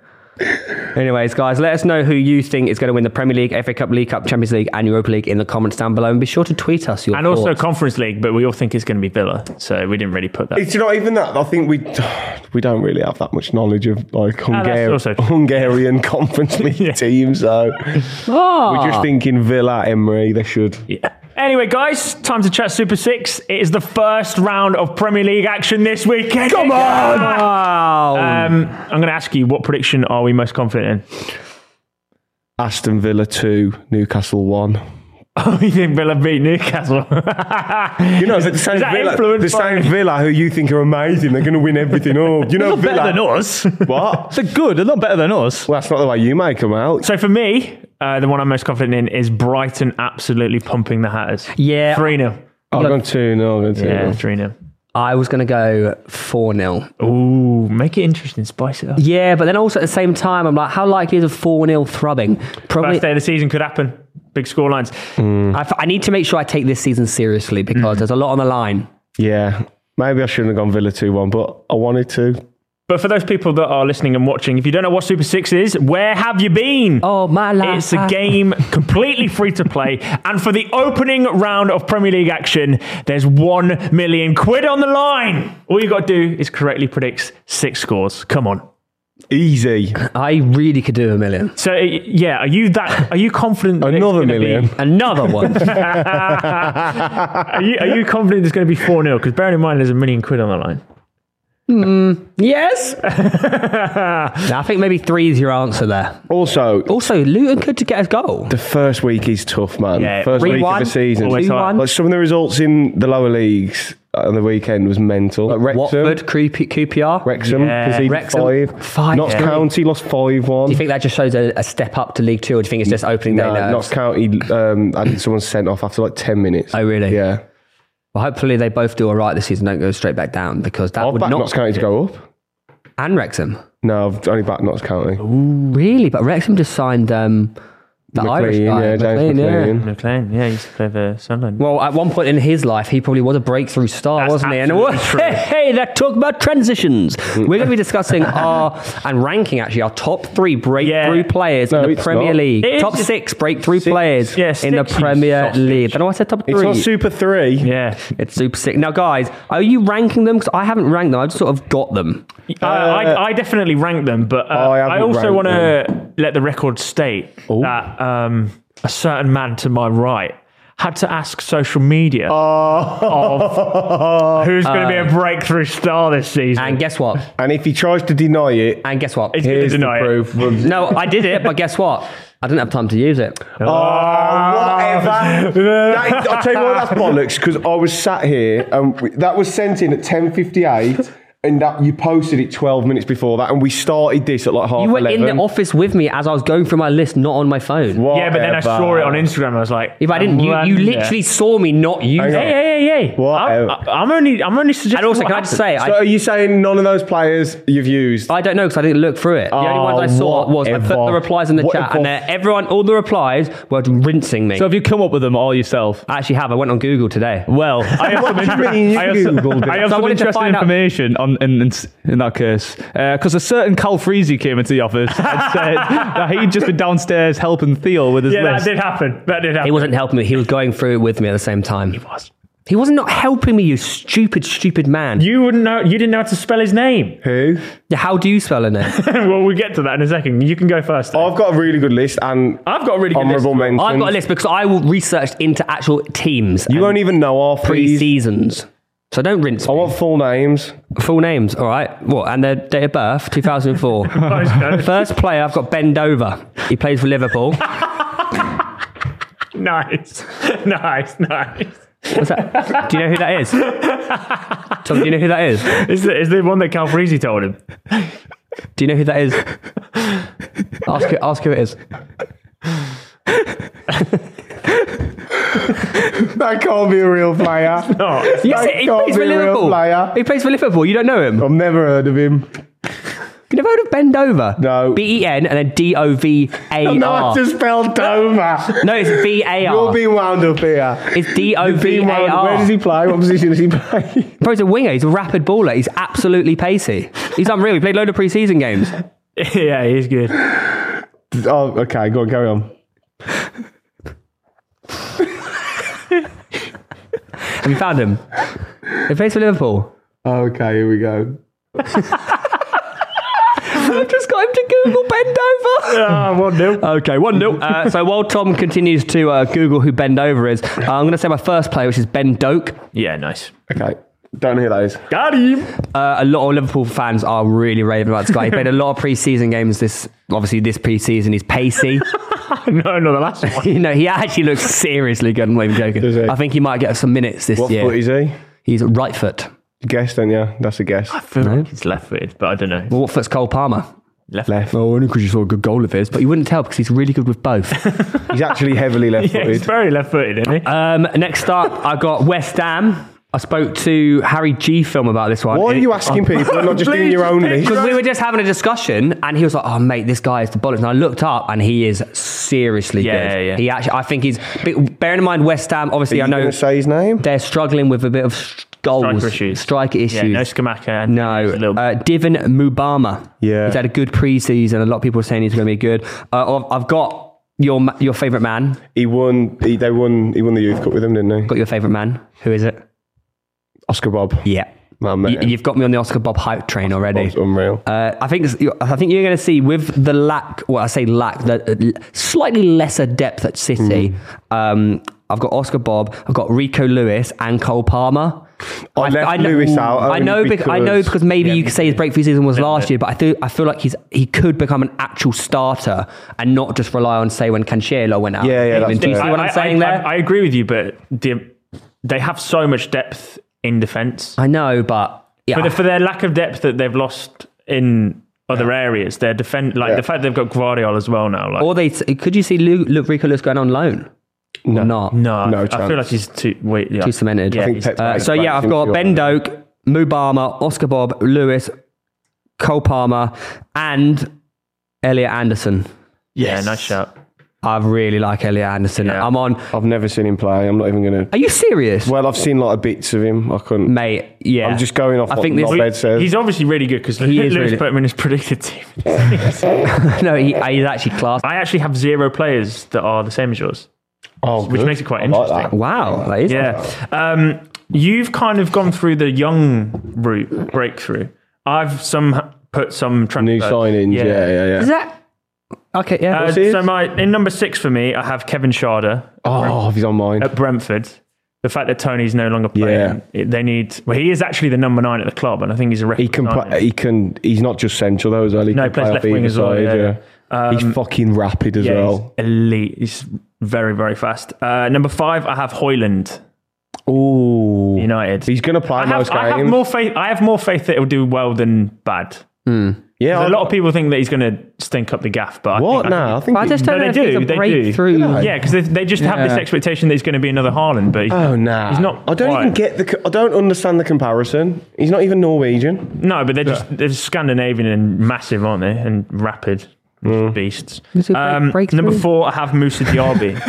Anyways, guys, let us know who you think is going to win the Premier League, FA Cup, League Cup, Champions League, and Europa League in the comments down below. And be sure to tweet us your
And also
thoughts.
Conference League, but we all think it's going to be Villa, so we didn't really put that.
It's not even that. I think we we don't really have that much knowledge of like Hungar-
Ah, also true.
Hungarian Conference League teams. So we're just thinking Villa, Emery. They should.
Oh. Yeah. Anyway, guys, time to chat Super Six. It is the first round of Premier League action this weekend. Come
Wow.
Um, I'm going to ask you, what prediction are we most confident in?
Aston Villa two, Newcastle one.
Oh, you think Villa beat Newcastle?
You know, it's the same,
that
Villa,
influenced
the same
by-
Villa who you think are amazing. They're going to win everything. Oh, you know, Villa.
Better than us.
What?
They're good. They're not better than us.
Well, that's not the way you make them out.
so for me, uh, the one I'm most confident in is Brighton absolutely pumping the Hatters.
Yeah.
3 0.
I've gone two, no, I've gone two.
Yeah, 3 0.
I was going to go 4 0.
Ooh, make it interesting. Spice it up.
Yeah, but then also at the same time, I'm like, how likely is a 4 0 thrubbing? Probably.
First day of the season could happen. Big score lines.
I, f- I need to make sure I take this season seriously because there's a lot on the line.
Yeah. Maybe I shouldn't have gone Villa 2 1, but I wanted to.
But for those people that are listening and watching, if you don't know what Super Six is, where have you been?
Oh, my life.
It's a game completely free to play. And for the opening round of Premier League action, there's one million quid on the line. All you got to do is correctly predict six scores. Come on.
Easy.
I really could do a million.
So uh, yeah, are you that? Are you confident? that it's
Another
gonna be-
million.
Another one.
are, you, are you confident it's going to be four 0 Because bearing in mind, there's a million quid on the line.
yes. I think maybe three is your answer there.
Also,
Also, Luton could get a goal.
the first week is tough, man.
Yeah.
first week
Rewind.
of the season.
Always hard.
Like some of the results in the lower leagues on the weekend was mental. Like Wrexham.
Watford, creepy, QPR.
Wrexham
Yeah.
conceded
Wrexham,
five.
five,
Notts
yeah.
County lost five one.
Do you think that just shows a, a step up to League Two, or do you think it's just opening day
No,
nerves?
Notts County. Um, I think someone sent off after like ten minutes.
Oh, really?
Yeah.
Well, hopefully they both do all right this season. Don't go straight back down because that
I've
would
backed
not.
Notts County to go up.
and Wrexham,
No, I've only backed Notts County.
really, but Wrexham just signed um, the Irish
McLean,
guy,
yeah, James
McLean, yeah.
McLean.
McLean, yeah, he used to play for Sunderland.
Well, at one point in his life, he probably was a breakthrough star,
That's
wasn't he? And
absolutely true.
hey, hey, that talk about transitions. We're
Mm.
going to be discussing our and ranking actually our top three breakthrough
Yeah.
players
No,
in the
it's
Premier
not.
League.
It is
Top
just-
six breakthrough
Six.
players
Yeah,
in the
six, you
Premier
sausage.
League. I don't know why I said top three.
It's not Super Three.
Yeah,
It's super sick. Now, guys, are you ranking them? Because I haven't ranked them. I just sort of got them.
I, I, I definitely rank them, but uh,
Uh, I
I,
haven't
also
ranked
want to let the record state that um, a certain man to my right had to ask social media of who's going to
Uh,
be a breakthrough star this season.
And guess what?
And if he tries to deny it,
And guess what?
It's-
here's the
Deny it.
proof. Oh,
No, I did it, but guess what? I didn't have time to use it.
Oh,
whatever. That is- I'll tell you what, that's bollocks. Because I was sat here, and we, that was sent in at ten fifty eight, and that you posted it twelve minutes before that, and we started this at like half
You were
eleven.
in the office with me as I was going through my list, not on my phone.
yeah, but then I
Whatever.
saw it on Instagram. I was like,
If I didn't, you, you literally saw me not use
Hang
it.
on.
Hey, hey, hey, hey!
Whatever.
I'm, I'm only, I'm only suggesting.
And also,
what
can I just say,
So
I,
are you saying none of those players you've used?
I don't know because I didn't look through it. The only
Oh,
ones I saw was I put
whatever.
the replies in the chat,
Whatever.
and there- everyone, all the replies were rinsing me.
So have you come up with them all yourself?
I actually have. I went on Google today.
Well, I have
What
some,
do you
inter-
mean
I
you
have some-
Googled it?
I have
So I
some
wanted to
interesting
find out-
information on in, in, in that case because a certain Cal Freezy came into the office and said that he'd just been downstairs helping Theo with his
Yeah, that
list.
did happen. That did happen.
He wasn't helping me. He was going through it with me at the same time. He was. He was not helping me. You stupid, stupid man.
You wouldn't know. You didn't know how to spell his name.
Who?
How do you spell a name?
well, we'll get to that in a second. You can go first. then.
I've got a really good list, and
I've got a really good list.
honourable mentions.
I've got a list because I researched into actual teams.
You
and
won't even know our
pre
pre
seasons. So don't rinse
I
me.
want full names.
Full names, all right? What? And their date of birth,
Oh.
2004. First player, I've got Ben Dover. He plays for Liverpool.
nice, nice, nice.
What's that? Do you know who that is? Tom, do you know who that is?
Is the, is the one that Cal Freezy told him?
Do you know who that is? Ask, who- ask who it is.
That can't be a real player.
No.
Yes, he
can't
plays for
be a real
Liverpool.
player.
He plays for Liverpool. You don't know him.
I've never heard of him.
You never heard of Ben Dover?
No.
B E N and then D O V A
I know how
R.
to spell Dover.
No, it's V A
You'll
R.
be wound up here.
It's D O
You've
V
been
A
wound up. Where does
R.
he play? What position does he play?
Bro, he's a winger. He's a rapid baller. He's absolutely pacey. He's unreal. He played load of preseason games.
yeah, he's good.
Oh, okay. Go on. Carry on.
Have you found him? He plays for Liverpool.
Okay. Here we go.
I've just got him to Google bend over.
Ah, one nil.
Okay, one nil. Uh, so while Tom continues to uh, Google who bend over is, uh, I'm going to say my first player, which is Ben Doak.
Yeah, nice.
Okay. Don't hear those.
Got him.
Uh, a lot of Liverpool fans are really raving about this guy. He played a lot of preseason games. This obviously this preseason he's pacey.
No, no, the last one.
you know he actually looks seriously good. I'm not even joking.
Does he?
I think he might get some minutes this
What
year.
foot is he?
he's right foot.
Guess then. Yeah, that's a guess.
I feel like it's left footed, but I don't know.
Well, what foot's Cole Palmer?
Left.
Left.
Oh, only because you saw a good goal of his, but you wouldn't tell because he's really good with both.
He's actually heavily
Yeah, he's
left-footed.
very left footed, isn't he?
Um, next up, I got West Ham. I spoke to Harry G. Film about this one.
Why are you asking people and not just doing your own
Please,
list?
Because we were just having a discussion, and he was like, "Oh, mate, this guy is the bollocks." And I looked up, and he is seriously
Yeah,
good.
yeah, yeah.
He actually, I think he's. but Bearing in mind West Ham, obviously, I
You
know
gonna say his name.
they're struggling with a bit of s- goals,
Striker issues.
striker
Yeah,
issues.
no Skamaka. and
No,
he's a little-
uh, Divin Mubama.
Yeah.
he's had a good preseason. A lot of people are saying he's going to be good. Uh, I've- I've got your ma- your favorite man.
He won. He, they won. He won the youth cup with them, didn't he?
Got your favorite man. Who is it?
Oscar Bob.
Yeah,
Man,
you,
man.
you've got me on the Oscar Bob hype train already.
Bob's unreal.
Uh, I think it's- I think you're going to see with the lack, well, I say lack, the uh, slightly lesser depth at City.
Hmm.
Um, I've got Oscar Bob, I've got Rico Lewis, and Cole Palmer.
I left Lewis out
I
only
know. Because, I know
because-
because maybe
Yeah,
you
me
could say his breakthrough season was
Little
last
bit.
year, but I feel I feel like he's he could become an actual starter and not just rely on say when Cancelo went out.
Yeah, yeah, that's
Do you
fair.
see what I'm
I-
saying
I,
there?
I, I agree with you, but the, they have so much depth in defence.
I know, but yeah,
For, the, for their lack of depth that they've lost in other areas, their defence, like
Yeah.
the fact they've got Guardiola as well now. Like,
or they could you see Lu, Lu, Rico Lewis going on loan? No, not
no,
No
I
chance.
feel like he's too. Wait, yeah.
too cemented.
Yeah,
I think
he's-
Pep's
Uh,
made
so
a great
yeah, I've
team
got
sure.
Ben Doak, Mubama, Oscar Bob, Lewis, Cole Palmer, and Elliot Anderson.
yeah, nice shout.
I really like Elliot Anderson.
Yeah.
I'm on.
I've never seen him play. I'm not even gonna.
Are you serious,
Well, I've seen like bits of him. I couldn't.
mate? Yeah,
I'm just going off
I
what
think this.
Rob Ed says.
He's obviously really good because
He is
Lewis
really-
put him in his predicted team.
no, he, he's actually class.
I actually have zero players that are the same as yours.
oh,
which
good.
makes it quite
I like
interesting.
that.
Wow, that is
Yeah. Um, you've kind of gone through the young route breakthrough. I've some put some transfer.
New signings. Yeah, yeah, yeah.
Is that okay? Yeah,
Uh,
What's his?
so my in number six for me, I have Kevin Sharder
Oh, he's on mine.
at Brentford. The fact that Tony's no longer
Yeah.
playing, it- they need. Well, he is actually the number nine at the club, and I think he's a record.
He can
nine.
play. He can. He's not just central though as well. He
No,
can
he plays
play
left
off
wing
either
as well,
side,
yeah, Um,
he's fucking rapid as
yeah,
well.
he's elite. He's very very fast. Uh, number five, I have Hoyland
Oh,
United.
he's gonna play
I have,
most
I have
games.
more faith. I have more faith that it'll do well than bad. A
yeah,
lot of people think that he's going to stink up the gaff, but
What
I think,
now? I think.
I
he-
just
No,
don't
they
know if
do.
he's a
They
breakthrough.
do. Yeah, because they, they just have this
Yeah.
expectation that he's going to be another Haaland, but he's,
Oh nah.
He's not
I don't
quite.
even get the. co- I don't understand the comparison. He's not even Norwegian.
no, but they're just they're Scandinavian and massive, aren't they? And rapid beasts. Um,
Is it break- breakthrough?
number four, I have Musa Diaby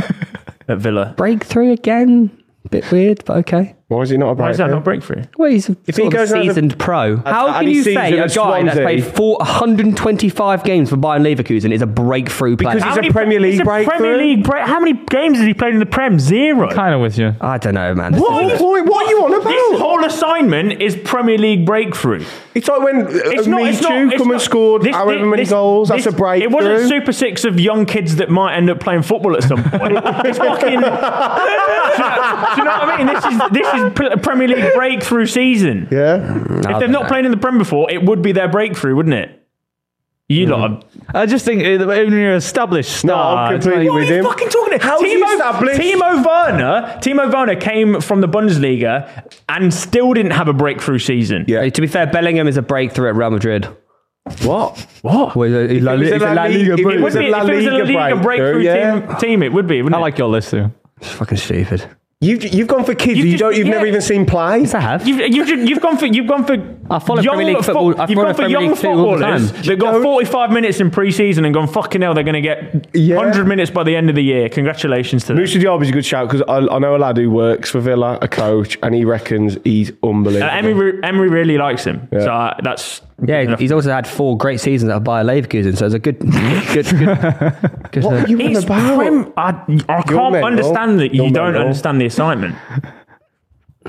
at Villa.
Breakthrough again. Bit weird, but okay.
Why is he not a
Why is that
breakthrough?
not breakthrough?
Well, he's a
he
sort of
goes out of-
seasoned pro. How
had
can
he
you
seasoned
say a guy
at
that's
Swansea?
played four, 125 games for Bayern Leverkusen is a breakthrough player?
Because
How
he's
many-
a Premier League
he's a
breakthrough.
Premier League break- How many games has he played in the Prem? Zero.
Kind of with you.
I don't know, man.
What, are you- Oh, what, are you on
This
about?
whole assignment is Premier League breakthrough.
It's like when it's
It's not.
me
it's
too
not- it's
come
not-
and scored
this-
however
this-
many
this-
goals. That's
this-
a breakthrough.
It wasn't Super Six of young kids that might end up playing football at some point. it's fucking. do, you know, do you know what I mean? This is this is pr- Premier League breakthrough season.
Yeah,
if they've not played in the Prem before, it would be their breakthrough, wouldn't it? You
Hmm.
lot. Are,
I just think uh, when you're an established
No, I'm
star, it's
completely
like-
what
with
are you
him.
fucking talking about?
How's he established?
Timo Werner. Timo Werner came from the Bundesliga and still didn't have a breakthrough season.
Yeah.
Hey, to be fair, Bellingham is a breakthrough at Real Madrid.
what?
What?
Well, he's a- he's a-
was a
he's a
La
La Liga
Liga- if it
It
breakthrough.
would
was a
be,
La
if it was a
Liga
La Liga breakthrough
breakthrough, yeah.
team, team, it would be, wouldn't
I like your list too.
It's fucking stupid.
You've you've gone for kids.
You've
You
just-
don't. You've
yeah.
never even seen play.
Yes, I have.
You've, you've, ju- you've gone for you've gone for
I follow
young
Premier League
fo-
football- I
you've
follow
gone for
Premier
young
League football all the
footballers
time.
that got 45 minutes in pre-season and gone fucking hell. They're going to get
Yeah.
100 minutes by the end of the year. Congratulations to them.
Musa Diop is a good shout because I, I know a lad who works for Villa, a coach, and he reckons he's unbelievable.
Uh, Emery, re- Emery really likes him, so uh, that's
Yeah, he's also had four great seasons at Bayer Leverkusen, so it's a good, good, good. good
What are you on
It's
about?
prim- I, I can't
mental.
understand that you
You're
don't
mental.
understand the assignment.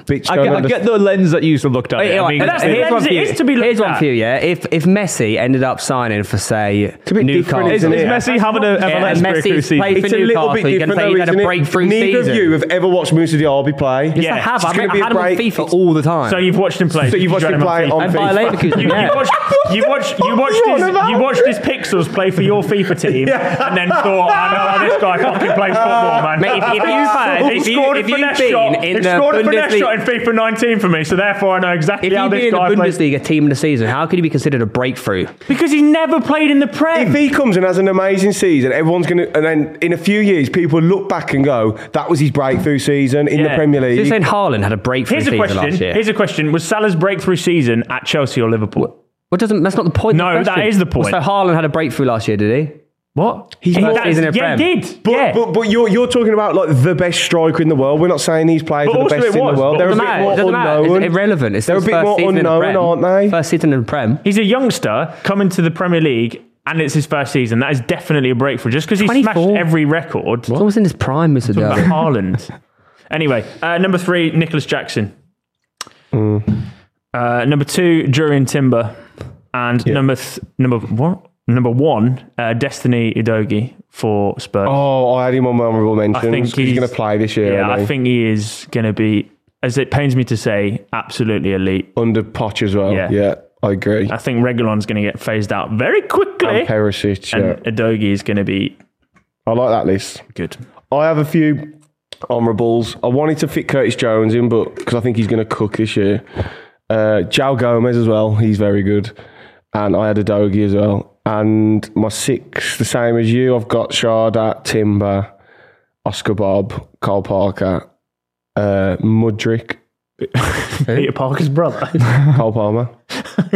Bitch,
I
don't
get, I
understand.
get the lens that you used to look at. it.
Yeah,
I
like,
mean,
and that's
it-
the
here's
lens
one for
it
you.
is to be looked
Here's one
at.
for you, yeah. If if Messi ended up signing for say
a bit
Newcastle,
different,
is,
isn't it?
Messi having a
Yeah,
MLS
and
breakthrough
Messi's
season?
played-
It's
it's a
for
little
Newcastle,
bit
you can
different
say
though,
he's had a
isn't it?
breakthrough
Neither
season.
of you have ever watched Musa Diaby play.
yes,
Yeah,
I have.
it's
I've
gonna
had
be a
him on
break.
FIFA all the time.
So you've watched him play.
So you've watched
enjoyed
him play
on
on
and
FIFA.
Bayer
FIFA.
Leverkusen,
You,
yeah.
you watched, you watched, you watched,
you on
his,
about?
you watched his pixels play for your FIFA team, and then thought, "I know this guy fucking plays
Uh,
football, man."
Mate, if- if you've had-
He
if you-
scored a
if you've
finesse
been
shot,
in
he
the
scored a finesse
Bundesliga-
shot in FIFA 19 for me, so therefore I know exactly
If
how
you'd been
this
in the
guy plays.
Bundesliga team in the season, how could he be considered a breakthrough?
Because he never played in the Prem.
If he comes and has an amazing season, everyone's going to, and then in a few years, people look back and go, "That was his breakthrough season in
Yeah.
the Premier
You're
League."
saying Haaland had a breakthrough
Here's a
season last
question.
year?
Here's a question: Was Salah's breakthrough season at Chelsea or Liverpool?
What doesn't? That's not the point. of
No,
the
that
question.
is the point.
So Haaland had a breakthrough last year, did he?
What?
He's
He-
not-
that's-
he's in a
yeah,
Prem.
he did.
But,
yeah.
but, but you're, you're talking about like the best striker in the world. We're not saying these players
But
are the
also
best
it
in
was,
the world.
but
They're a
Doesn't
bit
matter.
more
It doesn't matter.
unknown.
It's irrelevant. It's
They're a
his
bit
first
more
season in the
unknown,
Prem.
aren't they?
First season in the Prem.
He's a youngster coming to the Premier League, and it's his first season. That is definitely a breakthrough. Just because he
24.
smashed every record.
He's always in his prime, Mr.
About
Derby.
Haaland. Anyway, uh, number three, Nicholas Jackson.
Mm.
Uh, number two, Durian Timber, and number th- number what? Number one, uh, Destiny Idogi for Spurs.
Oh, I had him on my honourable mentions.
think
he's,
he's-
going to play this year.
yeah,
I
I think he is going to be, as it pains me to say, absolutely elite.
under Poch as well.
Yeah.
Yeah, I agree.
I think Regulon's going to get phased out very quickly,
And Perisic.
and
Yeah.
Idogi is going to be
I like that list.
good.
I have a few honourables. I wanted to fit Curtis Jones in, but because I think he's going to cook this year. Uh, Jao Gomez as well. He's very good. And I had a Dogie as well. And my six, the same as you. I've got Sharda, Timber, Oscar Bob, Carl Parker, uh, Mudrick,
Peter Parker's brother.
Cole Palmer.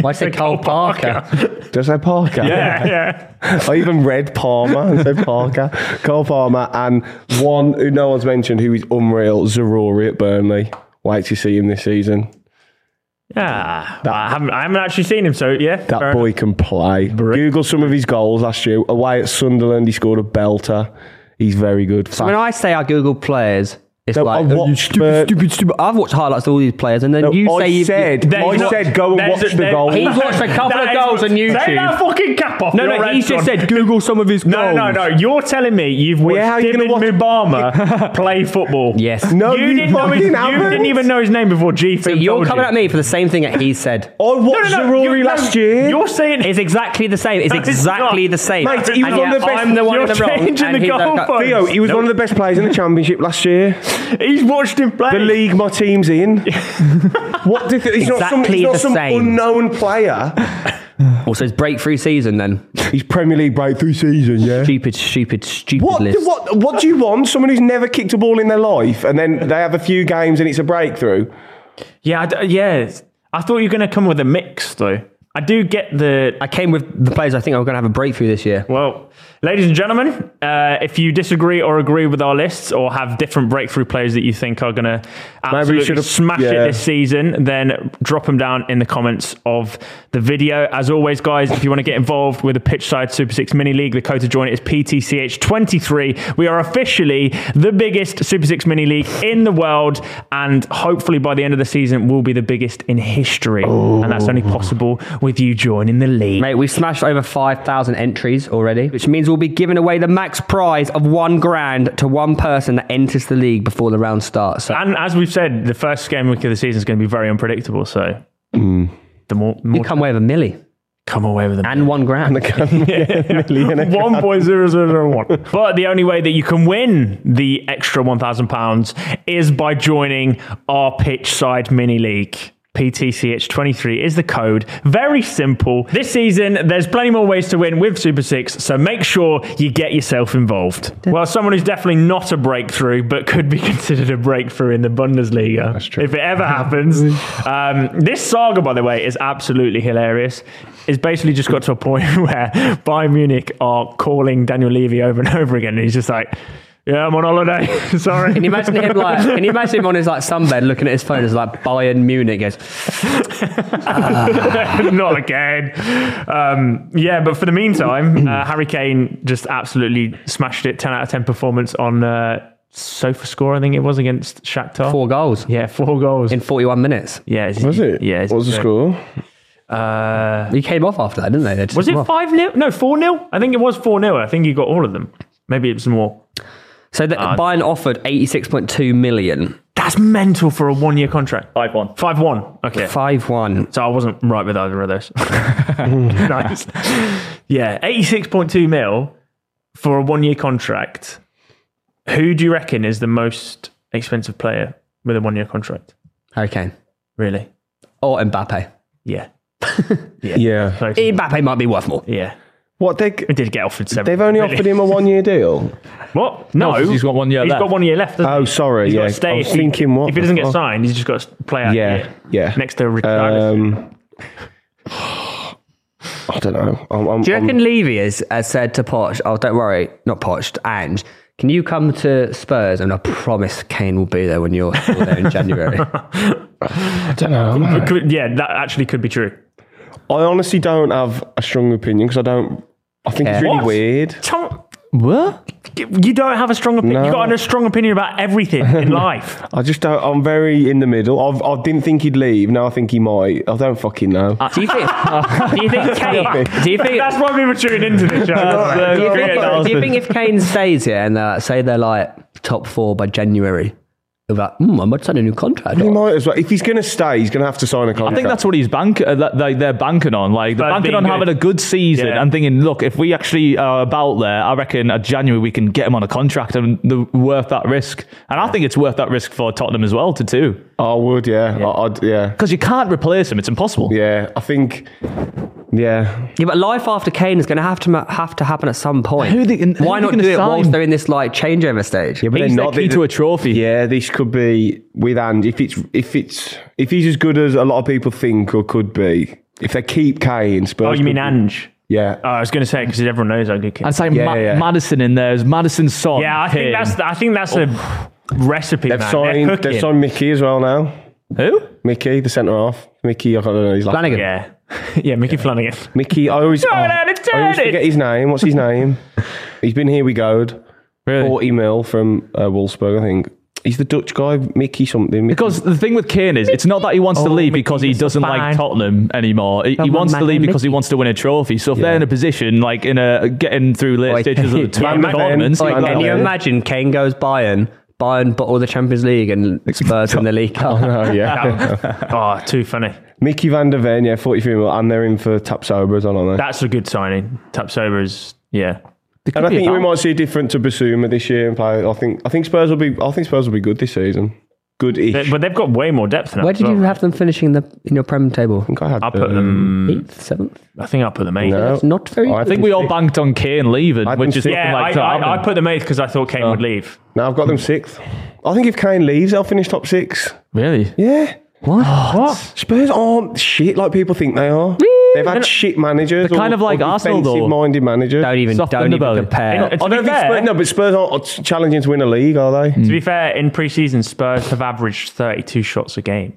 Why say Cole Parker?
Did I say Parker?
yeah, yeah.
I even read Palmer and said Parker, Cole Palmer, and one who no one's mentioned who is unreal, Zorori at Burnley. Wait to see him this season.
Yeah, I, haven't, I haven't actually seen him, so yeah.
That
fair
boy can play. Google some of his goals last year. Away at Sunderland, he scored a belter. He's very good.
When I say I Google players, it's
No,
like
I
oh, you
watched
stupid,
the-
stupid, stupid. I've watched highlights of all these players, and then
No,
you
I
say you
said,
There's
I
not-
said, go and
there's-
watch the
there-
goals.
He's watched a couple
That
of
is-
goals on
Take
YouTube.
that fucking cap off.
No,
your
no,
head,
he's just
John.
said Google some of his
No,
goals.
no, no. You're telling me you've watched
Yeah, how you
David
gonna
Mubama play football?
Yes.
No,
you,
you
didn't know his,
fucking
you
haven't.
didn't even know his name before G.
So you're coming at me for the same thing that he said.
I watched
No, no, no,
Zorori
you-
last
no,
year.
You're saying
It's exactly the same. It's
No, it's
exactly
not.
the same.
Mate, he
And
was one of
yet
the best-
I'm the one
you're
in the wrong.
changing
and
the
he's
goalpost.
Theo, he was one of the best players in the championship last year.
he's watched him play.
The league my team's in. what do you think? He's not some,
Exactly
he's not
the
some
same.
unknown player.
Also, his breakthrough season then.
He's Premier League breakthrough season, yeah.
Stupid, stupid, stupid
What,
list.
what, what do you want? Someone who's never kicked a ball in their life and then they have a few games and it's a breakthrough?
yeah, I d- yeah. I thought you were going to come with a mix, though. I do get the
I came with the players I think I'm going to have a breakthrough this year.
Well, ladies and gentlemen, uh, if you disagree or agree with our lists or have different breakthrough players that you think are going to absolutely
should've-
smash
yeah.
it this season, then drop them down in the comments of the video. As always, guys, if you want to get involved with the Pitchside Super 6 Mini League, the code to join it is PTCH23. We are officially the biggest Super 6 Mini League in the world, and hopefully by the end of the season, we'll be the biggest in history. And that's only possible with you joining the league.
Mate, we've smashed over 5,000 entries already, which means we'll be giving away the max prize of one grand to one person that enters the league before the round starts. So
And as we've said, the first game week of the season is going to be very unpredictable. So Mm. the more, the
you
more
come away with a milli
come away with them.
and one grand.
One point zero zero zero one. But the only way that you can win the extra one thousand pounds is by joining our pitch side mini league. PTCH23 is the code. Very simple. This season, there's plenty more ways to win with Super Six, so make sure you get yourself involved. Well, someone who's definitely not a breakthrough, but could be considered a breakthrough in the Bundesliga. That's true. If it ever happens. um, this saga, by the way, is absolutely hilarious. It's basically just got to a point where Bayern Munich are calling Daniel Levy over and over again, and he's just like, Yeah, I'm on holiday. Sorry.
Can you imagine him like? Can you imagine him on his like sunbed looking at his phone as like Bayern Munich goes?
Not again. Um, yeah, but for the meantime, uh, Harry Kane just absolutely smashed it. 10 out of 10 performance on uh, sofa score, I think it was, against Shakhtar.
Four goals
Yeah, four goals.
in 41 minutes.
yeah, it's-
Was it?
Yeah. it's-
What was the score?
Uh,
He came off after that, didn't they? They just
was
took him
it
off.
5 0? No, 4 0? I think it was 4 0. I think he got all of them. Maybe it was more.
So that Bayern offered 86.2 million.
That's mental for a one year contract.
Five one.
5 1. Okay.
5 1.
So I wasn't right with either of those. nice. Yeah, 86.2 mil for a one year contract. Who do you reckon is the most expensive player with a one year contract?
Okay.
Really?
Or Mbappe.
Yeah.
Yeah.
So-
Mbappe might be worth more.
yeah.
What they
We did get offered seven.
they've only
really.
offered him a one year deal.
What? No.
No, he's got one year
He's
left.
got one year left. doesn't
Oh,
he?
sorry.
He's
yeah.
got to stay.
I was
If he-
thinking what
If he
the
doesn't get
fuck?
signed, he's just got to play out.
Yeah,
here
yeah.
Next to Richard.
Um, I don't know. I'm, I'm,
Do you reckon
I'm-
Levy has, has said to Poch, oh, don't worry, not Poch, Ange, can you come to Spurs? And I promise Kane will be there when you're still there in January.
I don't know. man.
yeah, that actually could be true.
I honestly don't have a strong opinion because I don't. I think it's
Care.
really
What?
weird.
Tom,
What?
you don't have a strong opinion.
No.
You've got a strong opinion about everything in life.
I just don't. I'm very in the middle. I've, I didn't think he'd leave. Now I think he might. I don't fucking know.
do you think? do you think Kane? Do you think?
That's why we were tuning into this show.
do you think-
Yeah,
do you think if Kane stays here and they're like, say they're like top four by January, you're like, hmm, I might sign a new contract.
he
or-
might as well. If he's going to stay, he's going to have to sign a contract.
I think that's what he's bank uh, that they- they're banking on. Like they're
But
banking
being
on
good.
having a good season
Yeah.
and thinking, look, if we actually are about there, I reckon at January we can get him on a contract and the, worth that risk. And I think it's worth that risk for Tottenham as well to too,
Oh, I would. Yeah. Yeah. I, would yeah.
because you can't replace him. It's impossible.
Yeah. I think. Yeah.
Yeah, but life after Kane is going to have to ma- have to happen at some point.
Who they- and who
Why
they
not do
gonna
it whilst
sign?
they're in this like changeover stage?
Yeah, but
He's
they're
the
not
key to a trophy.
Yeah, this could be with Ange. If it's if it's if he's as good as a lot of people think or could be, if they keep Kane, Spurs.
Oh, you
could
mean
be-
Ange?
Yeah.
Oh, I was going to say because everyone knows I good kid.
I'd say
Yeah,
Ma-
yeah, yeah.
Madison in there is Madison Son.
Yeah, I think
Kane.
that's I think that's a recipe.
They've
man.
signed.
They're
They've
cooking.
signed Mickey as well now.
who?
Mickey, the centre half. Mickey, I don't know. He's like
Flanagan.
Yeah, yeah, Mickey Flanagan.
Mickey. I always, oh,
Turn it,
I always
turn it.
forget his name. What's his name? he's been here. We goed.
Really?
Forty mil from uh, Wolfsburg, I think. He's the Dutch guy, Mickey something. Mickey.
Because the thing with Kane is, it's not that he wants to
Oh,
leave
Mickey,
because he
it's
doesn't
fine.
like Tottenham anymore. He, he
Come on,
wants to
man,
leave because he
Mickey.
wants to win a trophy. So if they're
Yeah.
in a position like in a getting through late
Oi.
stages of the
Yeah,
tour-
man,
tournaments,
man,
like,
man,
Can you
Yeah.
imagine Kane goes Bayern, Bayern bottle the Champions League and Spurs in the League Cup?
oh yeah,
Oh, too funny.
Mickey van der Ven, yeah, forty-three mil, and they're in for Tapsoba as well, aren't they?
That's a good signing. Tapsoba is yeah.
and I
be
think
a
we
bump.
might see a difference to Basuma this year and play. I think I think Spurs will be I think Spurs will be good this season. Good ish.
They-
I
but they've got way more depth now.
Where
as
did
well.
you have them finishing the in your Prem table?
think I had
I put
um,
them.
Eighth, seventh.
I think I put them eight.
No.
That's not very.
Oh, I
good.
I
think
think we all banked on Kane leaving,
I
which
think
is
so.
looking
Yeah,
like
I, I, I put them eighth because I thought Kane would
Oh.
leave.
No, I've got them sixth. I think if Kane leaves, they'll finish top six.
really.
Yeah.
what?
What?
Spurs aren't shit like people think they are. They've had shit managers.
They're kind of like Arsenal, though.
minded managers.
Don't even
Soft
don't even
underbelly.
compare.
In-
I
To
don't
be
think
fair- Mm.
Spurs, no, but Spurs aren't challenging to win a league, are they?
To be fair, in preseason, Spurs have averaged thirty-two shots a game.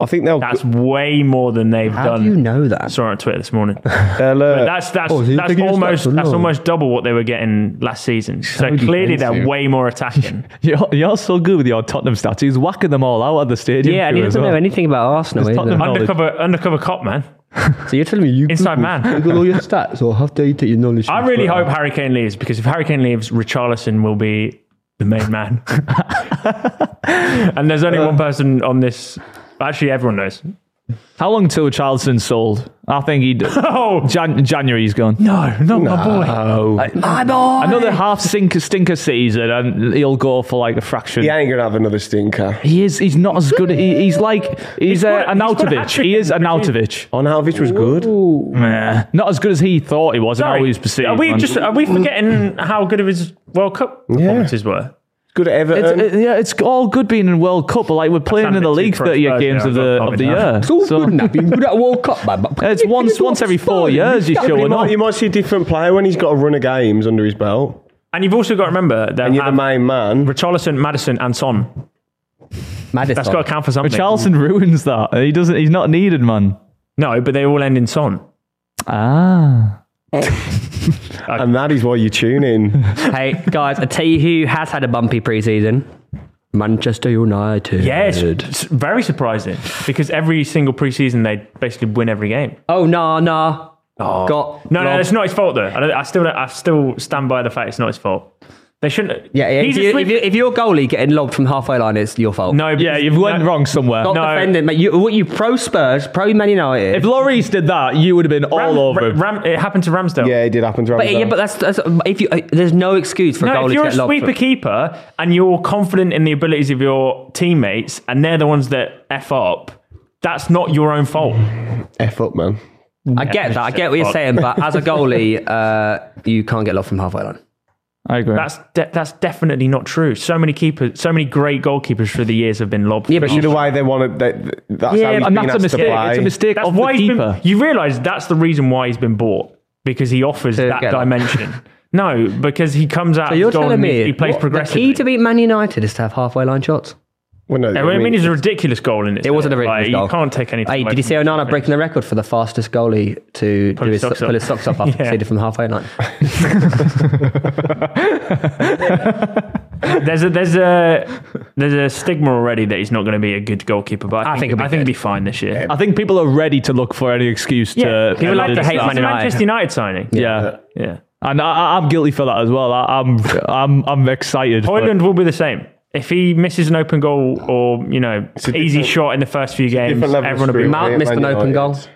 I think they'll.
That's way more than they've
How
done.
do you know that?
I saw it on Twitter this morning.
they'll, uh,
That's that's
Oh, so you're
that's
thinking it's
almost
like the
that's
law.
almost double what they were getting last season. So, clearly they're
defensive.
way more attacking.
You're, you're so good with your Tottenham stats. He's whacking them all out at the stadium.
Yeah, and he
too, as
doesn't
well.
know anything about Arsenal.
It's
Either.
Tottenham. Knowledge.
undercover undercover cop man,
So you're telling me you
inside man.
Google all your stats, or how dare you take your knowledge?
I really hope Harry Kane leaves because if Harry Kane leaves, Richarlison will be the main man. and there's only one person on this. Actually, everyone knows.
How long till Charleston sold? I think he d-
Oh
Jan- January's gone.
no, not my boy.
My boy.
Another half stinker stinker season, and he'll go for like a fraction.
he ain't going to have another stinker.
He is. He's not as good. He, he's like he's,
got- he's got
uh, an
a
Anautovic.
hat-trick
He is
in
an
Madrid.
Anautovic.
Arnautovic Oh, was good.
Meh. Not as good as he thought he was, and how he was perceived.
are we
man.
just are we forgetting how good of his World Cup performances were?
Good at
It's,
Um,
Everton.
it- yeah, it's all good being in World Cup, but like we're playing
sounded
in the
too
league
pro-
thirty
Spurs,
eight games
yeah,
of
got
the
covered
of the
now.
year.
It's
all
So-
good and that, being good at World Cup, man. But
It's once once every four years he's
you,
showing up.
might, you might see a different player when he's got a run of games under his belt.
And you've also got to remember that
and you're the
um,
main man.
Richarlison, Madison, and Son.
Madison.
That's got to count for something.
Charlton ruins that. He doesn't. He's not needed, man.
No, but they all end in Son.
Ah,
And that is why you tune in.
hey, guys, I tell you who has had a bumpy preseason. Manchester United.
Yeah, it's, it's very surprising because every single preseason they basically win every game.
Oh, nah, nah. Got
No, no,
robbed.
it's not his fault though. I, don't- I still, don't- I still stand by the fact it's not his fault. They shouldn't.
Yeah, yeah. If,
he's a
you,
sleep-
if, you, if your goalie getting lobbed from halfway line, it's your fault.
no,
yeah, you've went
no,
wrong somewhere.
Not
no.
defending, mate. You, what you pro Spurs, pro Man United.
If Loris did that, you would have been
Ram-
all over. him.
Ram, it happened to Ramsdale.
Yeah, it did happen to
but, yeah, but that's, that's if you. Uh, there's no excuse for a
No,
goalie
if
to
you're a
get lobbed.
sweeper
from-
keeper and you're confident in the abilities of your teammates and they're the ones that f up, that's not your own fault.
F up, man.
I get that. I get what you're saying, but as a goalie, uh, you can't get lobbed from halfway line.
I agree.
That's de- that's definitely not true. So many keepers, so many great goalkeepers through the years have been lobbed.
Yeah,
from
but
half-
Especially the way they want to. That's
yeah,
how he's been
and that's
asked
a
to
mistake.
play.
It's a mistake
that's
of the
why he's
keeper.
been. You realise that's the reason why he's been bought because he offers
To
that
get that.
dimension. no, because he comes out.
So you're
of goal
telling
and
me
he, he plays
what- the key
progressively.
to beat Man United is to have halfway line shots.
Well, no,
I mean, I mean, it's a ridiculous goal in it.
It wasn't a ridiculous
like,
goal.
You can't take anything.
Hey,
away
did you
from
see
it.
Onana breaking the record for the fastest goalie to do
his
his,
socks
pull
up.
his socks up after
Yeah.
conceded from halfway line?
There's a there's a there's a stigma already that he's not going to be a good goalkeeper, but I think,
think he'll be
I think
good.
he'll be fine this year.
I think people are ready to look for any excuse to.
people like
to
to hate
Man
Man
United.
Manchester United signing.
Yeah.
yeah.
And I, I- I'm guilty for that as well. I, I'm, I'm, I'm excited. for-
Hoyland will be the same. If he misses an open goal or you know easy
different-
shot in the first few games,
different level of
everyone will be.
scrutiny.
Mad.
Mount
Yeah,
missed
Man
an open
United.
goal.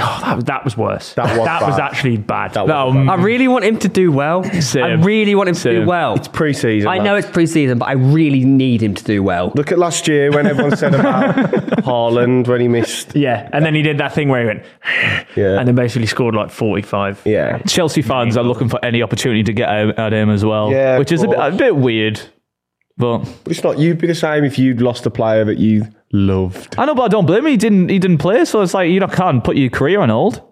Oh, that, that was worse.
That was
that was
bad.
actually bad.
That
No,
was
um,
I really want him to do well. I
Same.
really want him to do
Same.
well.
pre-season.
I know
lads.
it's preseason, but I really need him to do well.
Look at last year when everyone said about Haaland when he missed.
yeah, and then he did that thing where he went
Yeah.
and then basically scored like forty-five.
yeah.
Chelsea fans are looking for any opportunity to get at at him as well,
Yeah, of
which is a bit, a
course.
bit weird. But
But it's not. You'd be the same if you'd lost a player that you loved.
I know, but I don't blame him. He didn't, he didn't play, so it's like you know, can't put your career on hold.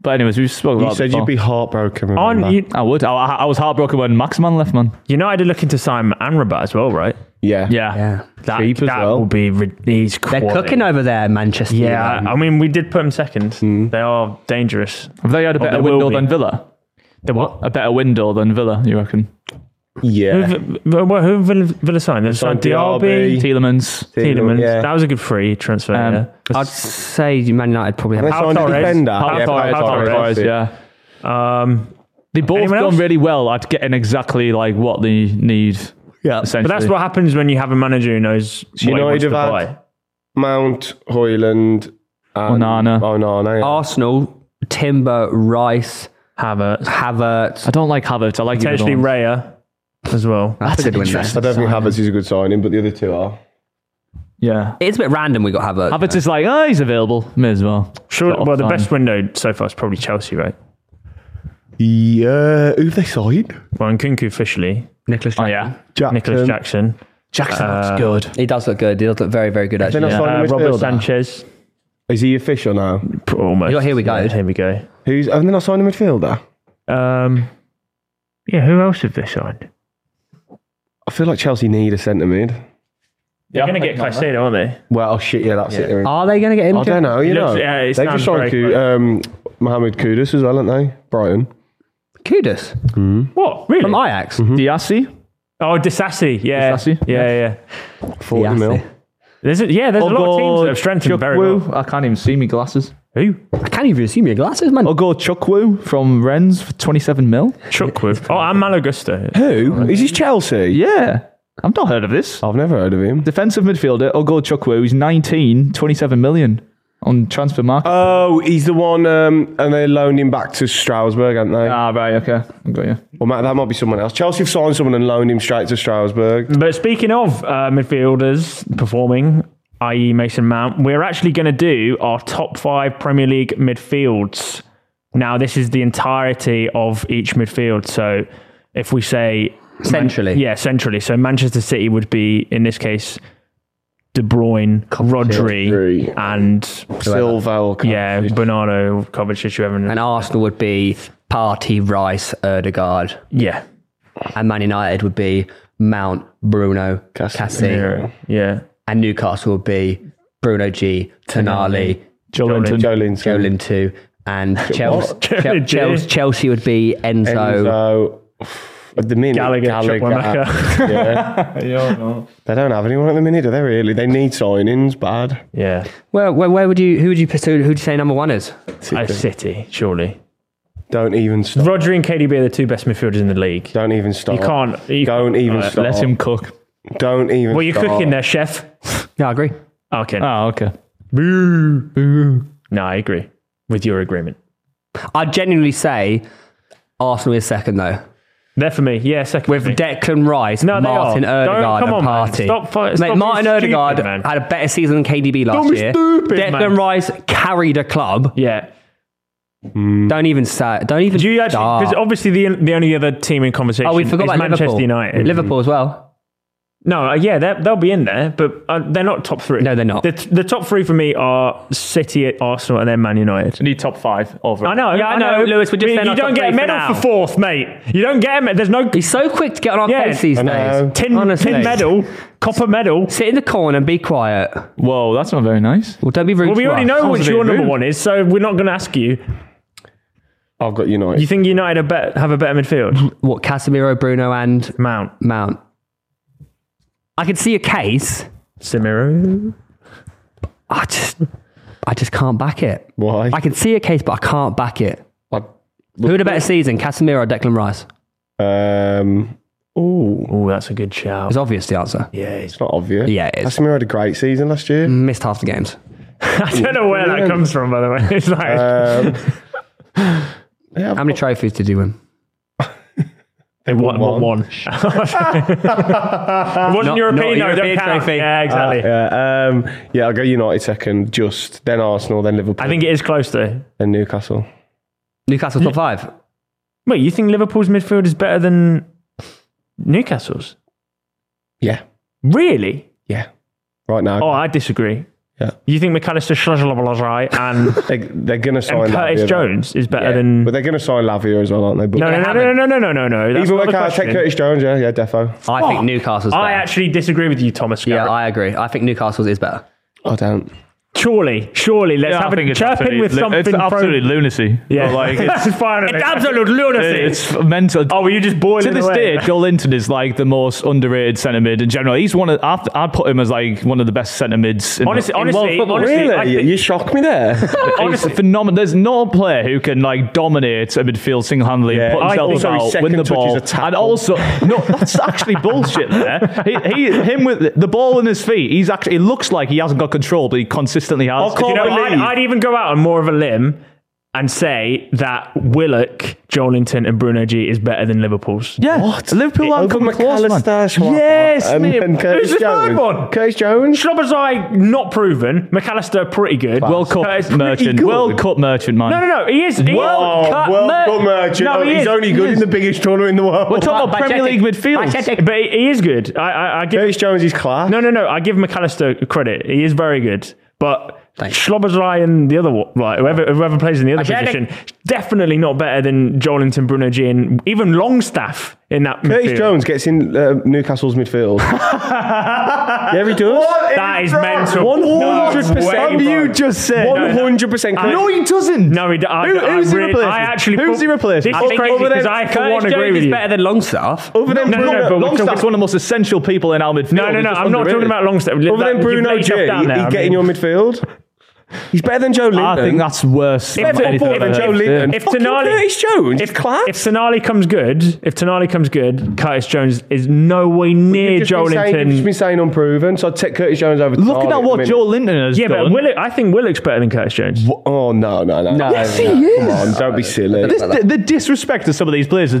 But anyways, we've spoken about
You
it
said
before.
you'd be heartbroken.
On
remember?
you,
I would. I, I I was heartbroken when Maxman left, man.
United are looking to sign Anrabat as well, right?
yeah.
Yeah.
Yeah.
That,
Cheap as
that
well.
will be rid- he's
They're
quality.
cooking over there, Manchester.
Yeah,
United.
I mean, we did put them second.
Hmm.
They are dangerous.
Have they
Oh,
had a better
they will
window
be.
than Villa?
They what?
A better window than Villa, you reckon?
Yeah.
Who, who, who Villa, Villa signed? They signed
Diaby,
Diaby,
Tielemans.
Tielemans.
Yeah.
That was a good free transfer.
Um,
yeah.
I'd say Man United probably have.
They signed a
Torres.
defender.
Pau
Yeah, Pau
Torres. Pau
Torres,
Torres,
that's it.
yeah.
Um,
They both
Anyone
done
else?
really well at getting exactly like what they need.
Yeah.
essentially.
but that's what happens when you have a manager who knows what he
United
wants to
have
buy.
had- Mount, Hoyland, and
Onana.
Onana.
Oh,
yeah.
Arsenal, Timber, Rice,
Havertz,
Havertz.
I don't like Havertz. I like
potentially
Iguodala.
Raya as well.
That's, a good win.
I
There.
don't think Havertz is a good signing, but the other two are.
Yeah.
It's a bit random. We got Havertz.
Havertz is like, oh, he's available. May as well.
Sure.
Sort of
Well, the
fine.
best window so far is probably Chelsea, right?
Yeah. Who they signed?
Well, and Kunku officially,
Nicholas.
Oh, yeah.
Jackson.
Nicholas Jackson,
Jackson looks good.
He does look good. He does look very, very good
They're
actually.
not
Yeah.
signing
uh, Robert
midfielder.
Sanchez.
Is he official now?
P- Almost.
Yeah, here we go.
Yeah, here we go.
Who's? Have they not signed a midfielder?
Um, yeah, who else have they signed?
I feel like Chelsea need a centre mid.
They're going to get Caicedo, aren't they?
Well, oh, shit, yeah, that's it.
Are they going to get him?
I don't know. You
It
know,
looks- Oh, yeah, it
they've
sounds
just
very
signed Ku- um, Mohamed Kudus as well, haven't they? Brighton.
Kudus
What? Really?
from Ajax.
Mm-hmm. Diassi?
Oh, Disassi. Yeah.
Disasi,
Yeah, yeah.
Forty
Yeah.
mil.
There's a, yeah, there's a lot of teams that have strengthened very well.
I can't even see me glasses.
Who?
I can't even see me glasses, man.
I'll go Chukwu from Rennes for 27 mil.
Chuckwood. Oh, and Malagusta.
Who is this? Chelsea?
Yeah. I've not heard of this.
I've never heard of him.
Defensive midfielder, I'll go Chukwu. He's 19, 27 million on transfer market.
Oh, he's the one, um, and they loaned him back to Strasbourg, haven't they?
ah, right. Okay. I got you.
Well, Matt, that might be someone else. Chelsea have signed someone and loaned him straight to Strasbourg.
But speaking of uh, midfielders performing, i.e., Mason Mount, we're actually going to do our top five Premier League midfields. Now, this is the entirety of each midfield. So if we say,
Centrally.
yeah, centrally. So Manchester City would be, in this case, De Bruyne, Rodri,
Rodri.
and
Silva, or
Yeah, Bernardo, Kovacic, whoever.
And Arsenal would be Party, Rice, Erdegaard.
yeah.
and Man United would be Mount, Bruno, Cassie,
Casemiro.
Yeah.
and Newcastle would be Bruno G, Tonali,
Jolinton.
Joe
Joe
Linton.
Lintu, and Chelsea,
Joe Linton.
Chelsea, Chelsea would be Enzo.
Enzo. At the minute,
Gallagher, Chukwuemeka.
yeah. They don't have anyone at the minute, do they? Really, they need signings bad.
Yeah.
Where, where, where would you? Who would you pursue? Who would you say number one is?
Oh, City, surely.
Don't even start.
Rodri and KDB are the two best midfielders in the league.
Don't even start.
You can't. You,
Don't even
Alright,
start.
Let him cook.
Don't even.
What are you
start.
cooking there, chef?
Yeah, I agree.
Okay.
Ah.
Oh, okay.
No, I agree with your agreement.
I'd genuinely say Arsenal is second though.
There for me. Yeah, second.
With
for me.
Declan Rice,
No, they
Martin
are. Don't-
Erdegaard,
come on, man.
and Party.
Stop fi-
Mate,
stop being
Martin
stupid,
Erdegaard
man.
had a better season than KDB last
Don't be
year.
stupid,
Declan
man.
Rice carried a club.
yeah. Mm.
Don't even say. Don't even.
Do you actually? Because
start.
obviously the the only other team in conversation
Oh, we forgot
is
about
Manchester
Liverpool.
United.
Liverpool as well.
No, uh, yeah, they're- they'll be in there, but uh, they're not top three.
No, they're not.
The, the top three for me are City, Arsenal, and then Man United.
Need top five over.
I know.
Yeah, I know, Lewis, we're just
You
saying
you
our
don't
top
get a
three for
medal
now.
for, fourth, mate. You don't get a medal. There's no
He's so quick to get on our
Yeah.
case these
I know.
days.
tin,
Honestly.
tin medal, copper medal.
Sit in the corner and be quiet.
Whoa, that's not very nice.
Well, don't be rude.
Well, we
to
already
us.
know
was
which
a bit
your number
rude.
one is, so we're not going to ask you.
I've got United.
You think United are bet have a better midfield?
what Casemiro, Bruno, and
Mount,
Mount. I could see a case.
Simiru.
I just, I just can't back it.
Why?
I can see a case, but I can't back it. Who had a better season, Casemiro or Declan Rice?
um. Oh,
Oh, that's a good shout.
It's obvious the answer.
Yeah,
it's not obvious.
Yeah, Mm. it is.
Casemiro had a great season last year.
Missed half the games.
I don't know where that comes from, by the way. It's like
Uh,
Um,
How many trophies did you win?
they
one, one,
won one.
one. it wasn't
Not-
European,
not
no, it don't
European
count.
trophy. Uh,
Yeah, exactly.
Yeah, um, yeah, I'll go United second, just then Arsenal, then Liverpool,
I think it is close though.
then Newcastle.
Newcastle top five.
Wait, you think Liverpool's midfield is better than Newcastle's?
Yeah,
Really?
yeah. Right now,
Oh, I disagree.
Yeah.
You think McAllister Schlazalablarai and,
they, they're going to sign
and Curtis
Lavia, though.
Jones is better
Yeah,
than.
but they're going to sign Lavia as well, aren't they? But
No, no, no, no,
haven't.
no, no, no, no, no. That's
Even
not
when
the
I take
question.
Curtis Jones, yeah, yeah, defo.
I think Newcastle's better.
I actually disagree with you, Thomas.
yeah,
Garrett.
I agree. I think Newcastle's is better.
I don't.
surely, surely, let's
Yeah, I
have
think
a
it's
chirping
absolutely
with
lu-
something.
It's
pro-
absolutely lunacy.
Yeah,
like it's,
finally.
It's absolute lunacy.
it's mental.
Oh, were you just boiling
to this
away?
day, Joe Linton is like the most underrated centre mid in general. He's one of I'd, I'd put him as like one of the best centre mids. In
Honestly,
in
honestly,
world football.
honestly,
Really?
I think-
you shocked me there.
honestly, phenomenal. There's no player who can like dominate a midfield single handedly,
Yeah.
put
I
himself
think- Sorry,
out,
second
win the
touch
ball,
is a tackle.
and also no, that's actually bullshit. There, he, he, him with the ball in his feet. He's actually it looks like he hasn't got control, but he consistently has.
I'll call
You know, I'd,
believe.
I'd even go out on more of a limb and say that Willock, Jolinton, and Bruno G is better than Liverpool's.
yeah, Liverpool aren't
Over
coming close, man.
McAllister, Schwarzer,
Yes,
and,
mate.
and Curtis
Who's the
Jones.
third one?
Curtis Jones.
Shlobazai, not proven. McAllister, pretty good.
World
Curtis, pretty
Cup merchant,
good.
World Cup merchant, man.
No, no, no. He is. He
Oh,
World Cup
World
mer-
Cup merchant.
No,
Oh,
he
he's
is.
only good in the biggest tournament in the world.
We're talking about Premier League midfield.
But he- he is good. I, I, I give.
Curtis Jones is class.
No, no, no. I give McAllister credit. He is very good. But
Thanks.
Shlobazai and the other one, right, whoever, whoever plays in the other
I get
position, definitely not better than Jolinton, Bruno G, and even Longstaff in that
Curtis
midfield.
Jones gets in uh, Newcastle's midfield. yeah, he does.
That is mental.
One hundred
No way,
percent.
bro.
just said.
One hundred percent.
No,
he doesn't.
No, he, d- I,
Who-
I,
who's he
really-
replacing?
I actually
Who's he replacing?
This
I
is
think
crazy
over
because
there-
I, for
Curtis
one,
Jones
agree with
is
you. Oh,
better than Longstaff.
Other than
no, no,
Bruno,
but we're talking-
Longstaff's one of the most essential people in our midfield.
No, no, no.
He's
I'm not talking
underrated.
about Longstaff.
other than Bruno G, he, he get in your midfield. He's better than Joe Linton.
I think that's worse.
If-
than anything
if-
I've
if-
heard.
Joe Linton.
If
Fucking
Tonali-
Curtis Jones,
If
if class.
if Sonali comes good, if Tonali comes good, Curtis Jones is no way near
You've just been saying- you've just
Jolinton.
been saying unproven, so I'd take Curtis Jones over.
Looking
Tonali
at what
the
Joe Linton has
Yeah, but
done,
Willock, I think Willock's better than Curtis Jones.
minute. Oh no, no, no!
Yes, he
Come on, don't be silly.
this, the, the disrespect of some of these players is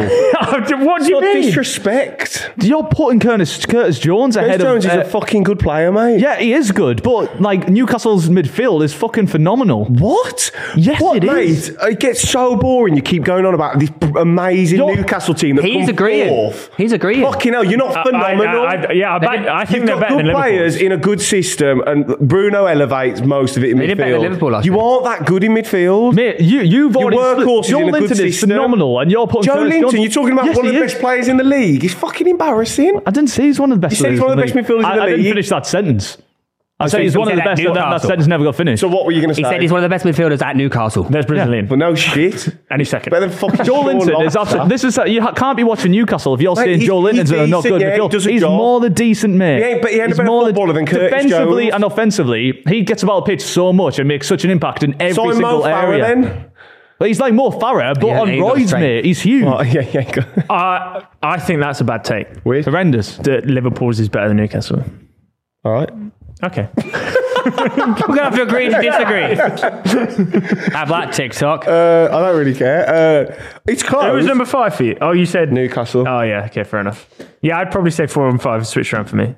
what do you
Not
mean?
disrespect.
You're putting Curtis, Curtis Jones
Curtis
ahead
Jones
of.
is
uh,
a fucking good player, mate.
yeah, he is good, but like Newcastle's midfield is fucking phenomenal.
What?
Yes,
what,
it
mate?
is.
It gets so boring. You keep going on about this p- amazing
You're-
Newcastle team that
He's
come
agreeing.
fourth.
He's agreeing.
Fucking hell, you're not
I- I-
phenomenal.
I- I- yeah, I, bet, I think
You've
they're
got
better
good
than
players
Liverpool.
in a good system, and Bruno elevates most of it in
They
midfield.
did better than Liverpool last
you
year.
aren't that good in midfield.
Mate, you, you've
Your
already...
workhorse is
Joe
in a good
Linton is
system.
phenomenal, and you're putting...
Joe
Curtis
Linton,
Johnson-
you're talking about
Yes,
one of
he
the
is.
best players in the league. He's fucking embarrassing.
I didn't say he's one of the best.
You said he's
players
one of the
in
best midfielders in
I,
the
I didn't
league.
finish that sentence. I
so
said he's
you
one of
said
the
that
best, and that, that
Newcastle.
sentence never got finished.
So what were you going to say?
He said he's one of the best midfielders at Newcastle.
There's Brazilian.
well, no shit.
And he's second.
Better than fucking
Joe
Sean
Linton is
Lobster.
absolutely. This is you ha- can't be watching Newcastle if you're
Mate,
saying
he's-
Joe Linton's
he's
a not
decent,
good.
yeah, he
midfield.
does a
he's
job.
more the decent mate.
He ain't- but he ain't a
he's
better
more
footballer than Curtis
Defensively
Jones.
and offensively, he gets about the pitch so much and makes such an impact in every
So I'm Mo
single
Farah
area.
then.
But he's like Mo Farah, but
Yeah,
on
he got
roids,
strength.
mate. He's huge,
Oh, yeah, yeah. go-
I, Uh, I think that's a bad take.
horrendous.
That Liverpool's is better than Newcastle.
All right.
Okay.
We're gonna have to agree to disagree. have that TikTok.
Uh, I don't really care. Uh, it's close.
Who was number five for you? Oh, you said
Newcastle.
Oh yeah. Okay. Fair enough. Yeah, I'd probably say four and five switch around for me.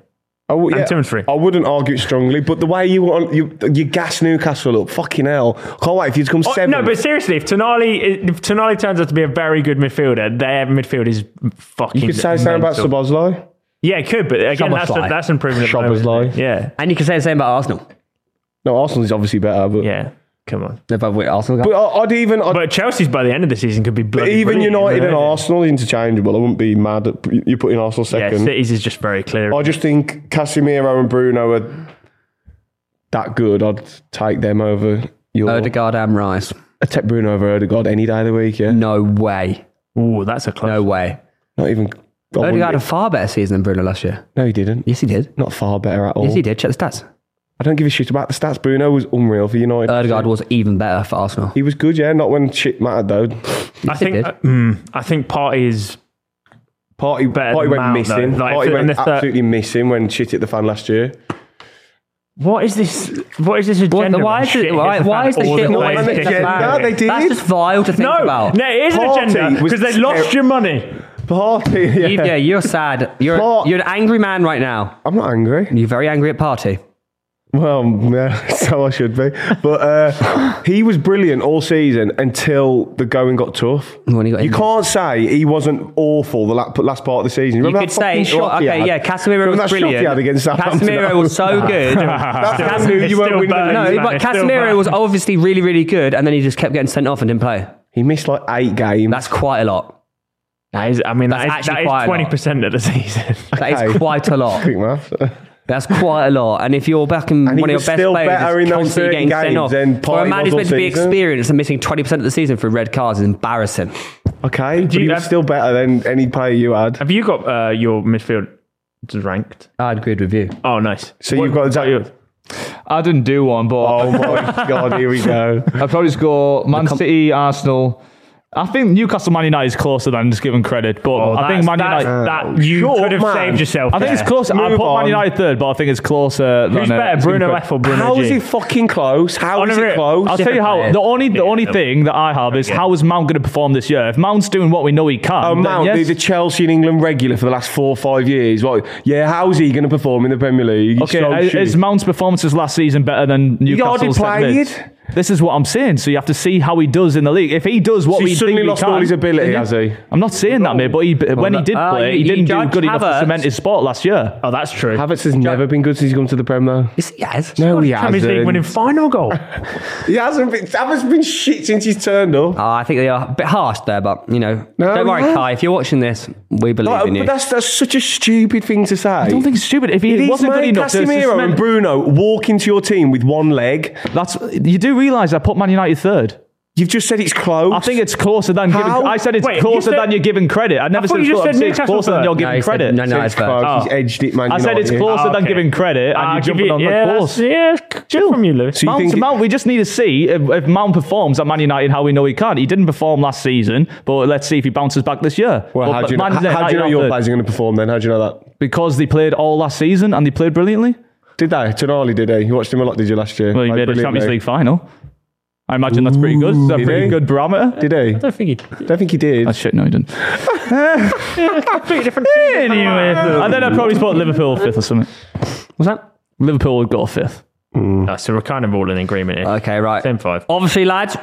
I w-
and two and three.
I wouldn't argue it strongly, but the way you want you, you gas Newcastle up, fucking hell! Can't wait if you'd come
Oh,
seven.
no, but seriously, if Tonali if Tonali turns out to be a very good midfielder, their midfield is fucking.
you could say something about
mental.
Subozlai.
Yeah, it could, but again, that's
Szoboszlai.
that's improvement. at the
Szoboszlai.
moment, isn't it? Yeah.
and you can say the same about Arsenal.
No, Arsenal's obviously better, but
Yeah. Come on.
No, but wait, Arsenal.
but I- I'd even I'd,
But Chelsea's by the end of the season could be bloody
even
brilliant,
United
you
and
know?
Arsenal interchangeable. I wouldn't be mad at you putting Arsenal
Yeah,
second.
Cities is just very clear.
I just think Casemiro and Bruno are that good. I'd take them over. Your,
Odegaard and Rice.
I'd take Bruno over Odegaard any day of the week. Yeah,
No way.
Ooh, that's a close.
No way.
not even. I wouldn't
Odegaard had
be-
a far better season than Bruno last year.
no, he didn't.
Yes, he did.
Not far better at all.
Yes, he did. Check the stats.
I don't give a shit about the stats. Bruno was unreal for United.
Odegaard was even better for Arsenal.
He was good, yeah. Not when shit mattered though.
I think.
did.
Uh, mm, I think party is.
Party,
Better
party
than
went
Mount,
missing.
though. Like,
party
if-
went
and if that-
absolutely missing when shit hit the fan last year.
What is this? What is this agenda?
why
on
is it-
shit
why-
hits the
why
fan
is the
all
shit
the
not
way?
on the
It's
agenda?
just-
No, they did.
That's just vile to think
No,
about.
no, it is an
Party
agenda
was
because they lost
terrible.
your money.
Party, yeah.
You- yeah, you're sad. You're
What?
you're an angry man right now.
I'm not angry.
You're very angry at party.
Well, yeah, so I should be. But uh, he was brilliant all season until the going got tough.
When he got
you
injured.
can't say he wasn't awful the la- last part of the season.
You
Remember
could
that fucking
say,
shot
well,
he
okay,
had?
yeah, Casemiro
Remember
was
that shot
brilliant.
he had against Southampton?
Casemiro was so good. no,
That's
Still-
how I knew
it's
you weren't
still
winning the
bad.
league.
No,
but
It's still
Casemiro
bad.
was obviously really, really good, and then he just kept getting sent off and didn't play.
He missed like eight games.
That's quite a lot.
That is, I mean,
That's
that is,
actually
that is
quite a lot.
twenty percent of the season.
That is
Okay.
quite a lot.
quick math.
That's quite a lot. And if you're back in
he
one of your
was
best
still
players, is
better in those
constantly
30
getting sent
games
off.
than
For a
Party
man
was
who's
all
meant to be
season.
experienced and missing 20% of the season for red cards is embarrassing.
okay, but
you
he was
have-
still better than any player you had.
Have you got uh, your midfield ranked?
I'd agree with you.
Oh, nice.
So you've got
what are yours?
I didn't do one, but
Oh my god, here we go.
I'd probably just go Man City, Arsenal. I think Newcastle Man United is closer than just given credit, but
Oh,
I
that's-
think Man
that's-
United.
that you
Sure,
could have
man.
saved yourself.
I think
there.
it's closer. I
Move
put
on.
Man United third, but I think it's closer.
Who's
than, uh,
better,
it's
Bruno
incredible.
F or Bruno
How
G?
is it fucking close? How is
Honorary-
it close?
I'll tell you how.
players.
The only the
Yeah,
only
no.
thing that I have is
Yeah.
how is Mount going to perform this year? If Mount's doing what we know he can,
Oh,
then
Mount,
yes.
the, the Chelsea and England regular for the last four or five years. What? Yeah, how's he going to perform in the Premier League? He's
okay,
so
is,
shit.
is Mount's performances last season better than
already
Newcastle's? that
played.
is? This is what I'm saying. So you have to see how he does in the league. If he does what
So
we
he's suddenly
think he
lost
can-
all his ability,
Yeah.
has he? Oh,
I'm not saying that, mate. But he, when he
that-
did
Uh,
Ah,
play,
you-
he
you
didn't do
judge
good enough to
Havertz.
cement his spot last year.
Oh, that's true.
Havertz has never been good since he's come to the Prem, though.
Yes, he has.
No, he
Champions League winning
hasn't.
final goal.
He hasn't been. Havertz been shit since he's turned up.
Oh, I think they are a bit harsh there, but, you know,
No,
don't worry,
yeah.
Kai. If you're watching this, we believe
Like,
in you.
but that's that's such a stupid thing to say.
I don't think it's stupid. If he
It is,
wasn't good
mate.
enough, to
Casemiro and
cement-
Bruno walk into your team with one leg.
that's you do realise I put Man United third.
You've just said it's close.
I think it's closer than given,
How?
I said it's
Wait, you
closer
said-
than you're giving credit. I never
thought
said,
you
it's
just
close.
said
I'm saying it's
Nicastle
closer than you're
third.
No,
giving
he said-
credit.
no, no,
it's
it's
close.
fair.
He's edged it, man.
oh. I said it's
United.
closer
Ah,
than
okay.
giving credit, and
Ah,
you're
give
jumping
it-
on
yeah,
the
that's-
course.
Yeah, c- chill from you, Lou.
Do you
Mount,
think it-
Mount, we just need to see if, if Mount performs at Man United how we know he can. He didn't perform last season, but let's see if he bounces back this year.
Well,
But-
how
but
do you know,
Man
how, how do you know
United
your
are
players are going to perform then? How do you know that?
third Because they played all last season and they played brilliantly.
Did they? Tonali did he? You watched him a lot, did you, last year?
Well, he
Like,
made a
brilliantly.
Champions League final. I imagine that's pretty good. It's a
did
pretty
he?
good barometer.
Did he?
I think he
don't think he did.
Oh, shit, no, he didn't.
completely different.
Anyway, and then I probably put Liverpool fifth or something.
What's that?
Liverpool would go fifth.
No, so we're kind of all in agreement
Uh,
here.
Okay, right.
Same five.
Obviously, lads,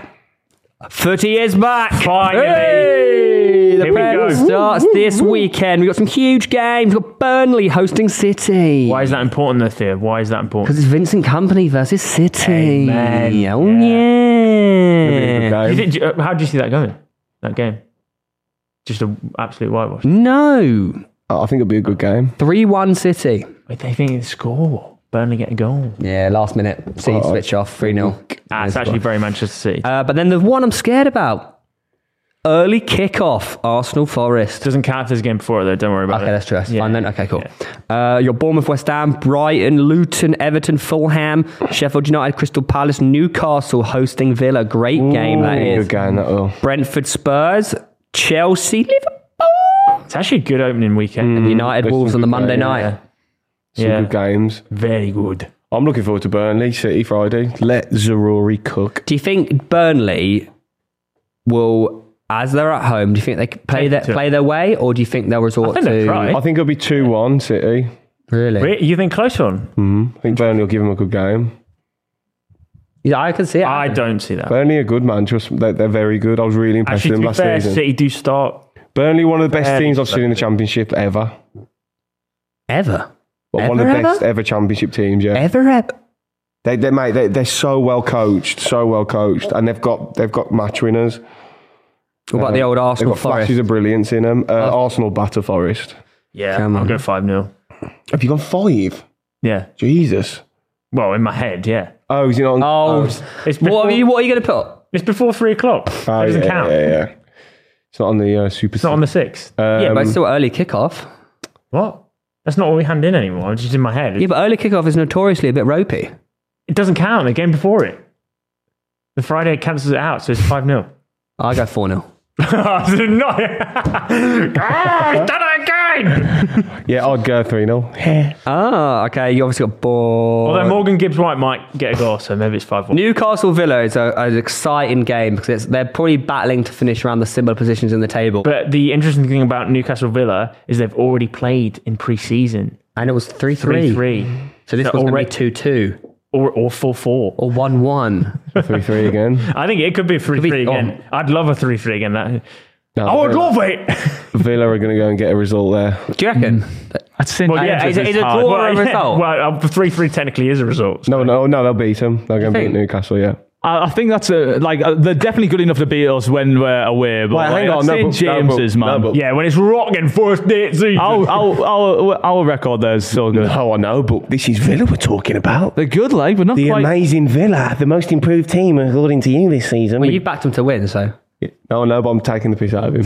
30 years back.
Finally.
Hey,
Here
the
we
Premier
go.
League starts this weekend. We've got some huge games. We've got Burnley hosting City.
Why is that important, though, Theo? Why is that important?
Because it's Vincent Company versus City.
Amen.
Oh,
Yeah.
yeah.
You
Game.
did- you- uh, how do you see that going? That game? Just an absolute whitewash.
No.
I think it'll be a good game.
3 1 City.
Wait, they think it's score. Burnley get a goal.
Yeah, last minute. City
Oh,
switch off. 3 0.
That's actually very Manchester City.
Ah, Uh, but then the one I'm scared about early kickoff, Arsenal Forest.
Doesn't count if there's a game before it, though. Don't worry about
Okay,
it.
that's true. That's
Yeah.
fine then. Okay, cool. Uh, your Bournemouth, West Ham, Brighton, Luton, Everton, Fulham, Sheffield United, Crystal Palace, Newcastle hosting Villa. Great game that is.
Good game, that will.
Brentford, Spurs, Chelsea, Liverpool,
It's actually a good opening weekend.
United,
that's
Wolves
some
on the
good
Monday
game,
night.
Some
Yeah.
good games.
Very good.
I'm looking forward to Burnley City Friday. Let Zorori cook.
Do you think Burnley will, as they're at home, do you think they could play their
it to
play their way, or do you think they'll resort
think they'll
to
try.
I think it'll be 2 1 City. Mm-hmm.
really?
Wait, you think close on?
I think Burnley will give them a good game.
Yeah, I can see it.
I don't see that.
Burnley are good, man. Trust they're, they're very good. I was really impressed
Actually,
with
to
them
be
last
fair,
season.
City do start.
Burnley, one of the best
Fairly
teams I've seen in the Championship ever.
ever,
But one of the
Ever,
best
ever?
ever Eh? Championship teams, yeah.
ever, ever.
They, they, mate, they, they're so well coached, so well coached, and they've got they've got match winners.
What about the old
They've
Arsenal
got
Forest?
flashes of brilliance in them. Uh, Arsenal batter Forest.
Yeah,
Come
I'll
on.
go 5 0.
Have you gone five?
Yeah.
Jesus.
Well, in my head, yeah.
Oh, is it on?
Oh,
It's
what
before-
are you? What are you going to put?
It's before three o'clock. It
Oh,
doesn't
yeah,
count.
Yeah, yeah. It's not on the uh, Super.
It's not on the sixth.
yeah, but it's still early kickoff.
what? That's not what we hand in anymore. It's just in my head.
Yeah, but early kickoff is notoriously a bit ropey.
It doesn't count. The game before it. The Friday cancels it out, so it's 5 0.
I go four 0
no. ah, he's done it again!
yeah, I'd go 3 0.
Ah, okay. You obviously got
Although
bored.
Morgan Gibbs White might get a goal, so maybe it's 5 1.
Newcastle Villa is a, an exciting game because it's, they're probably battling to finish around the similar positions in the table.
But the interesting thing about Newcastle Villa is they've already played in pre season
and it was three
3
three.
3
So this
So
was already
already-
two two
or, or 4 4.
or one one.
3 3 again.
I think it could be a 3
be-
3 again. I'd love a 3 3 again. That,
No,
I would
Villa,
love it!
Villa are going to go and get a result there.
Do you reckon?
That's St.
Well, yeah,
James'
it's a-
it's a
hard.
draw. Or a result.
Well, 3 3 technically is a result.
No, no, no, they'll beat them. They're going to beat
think?
Newcastle, yeah.
I I think that's a like uh, they're definitely good enough to beat us when we're away. But
Well, hang
like,
on, no,
St.
but- no,
James's
but-
man.
no, but-
Yeah, when it's rocking first date season.
our, our, our, our record there is so good.
Oh, I know, but this is Villa we're talking about.
They're good, like, but not
The
quite.
amazing Villa, the most improved team according to you this season.
Well, you backed them to win, so
No, no, but I'm taking the piss out of him.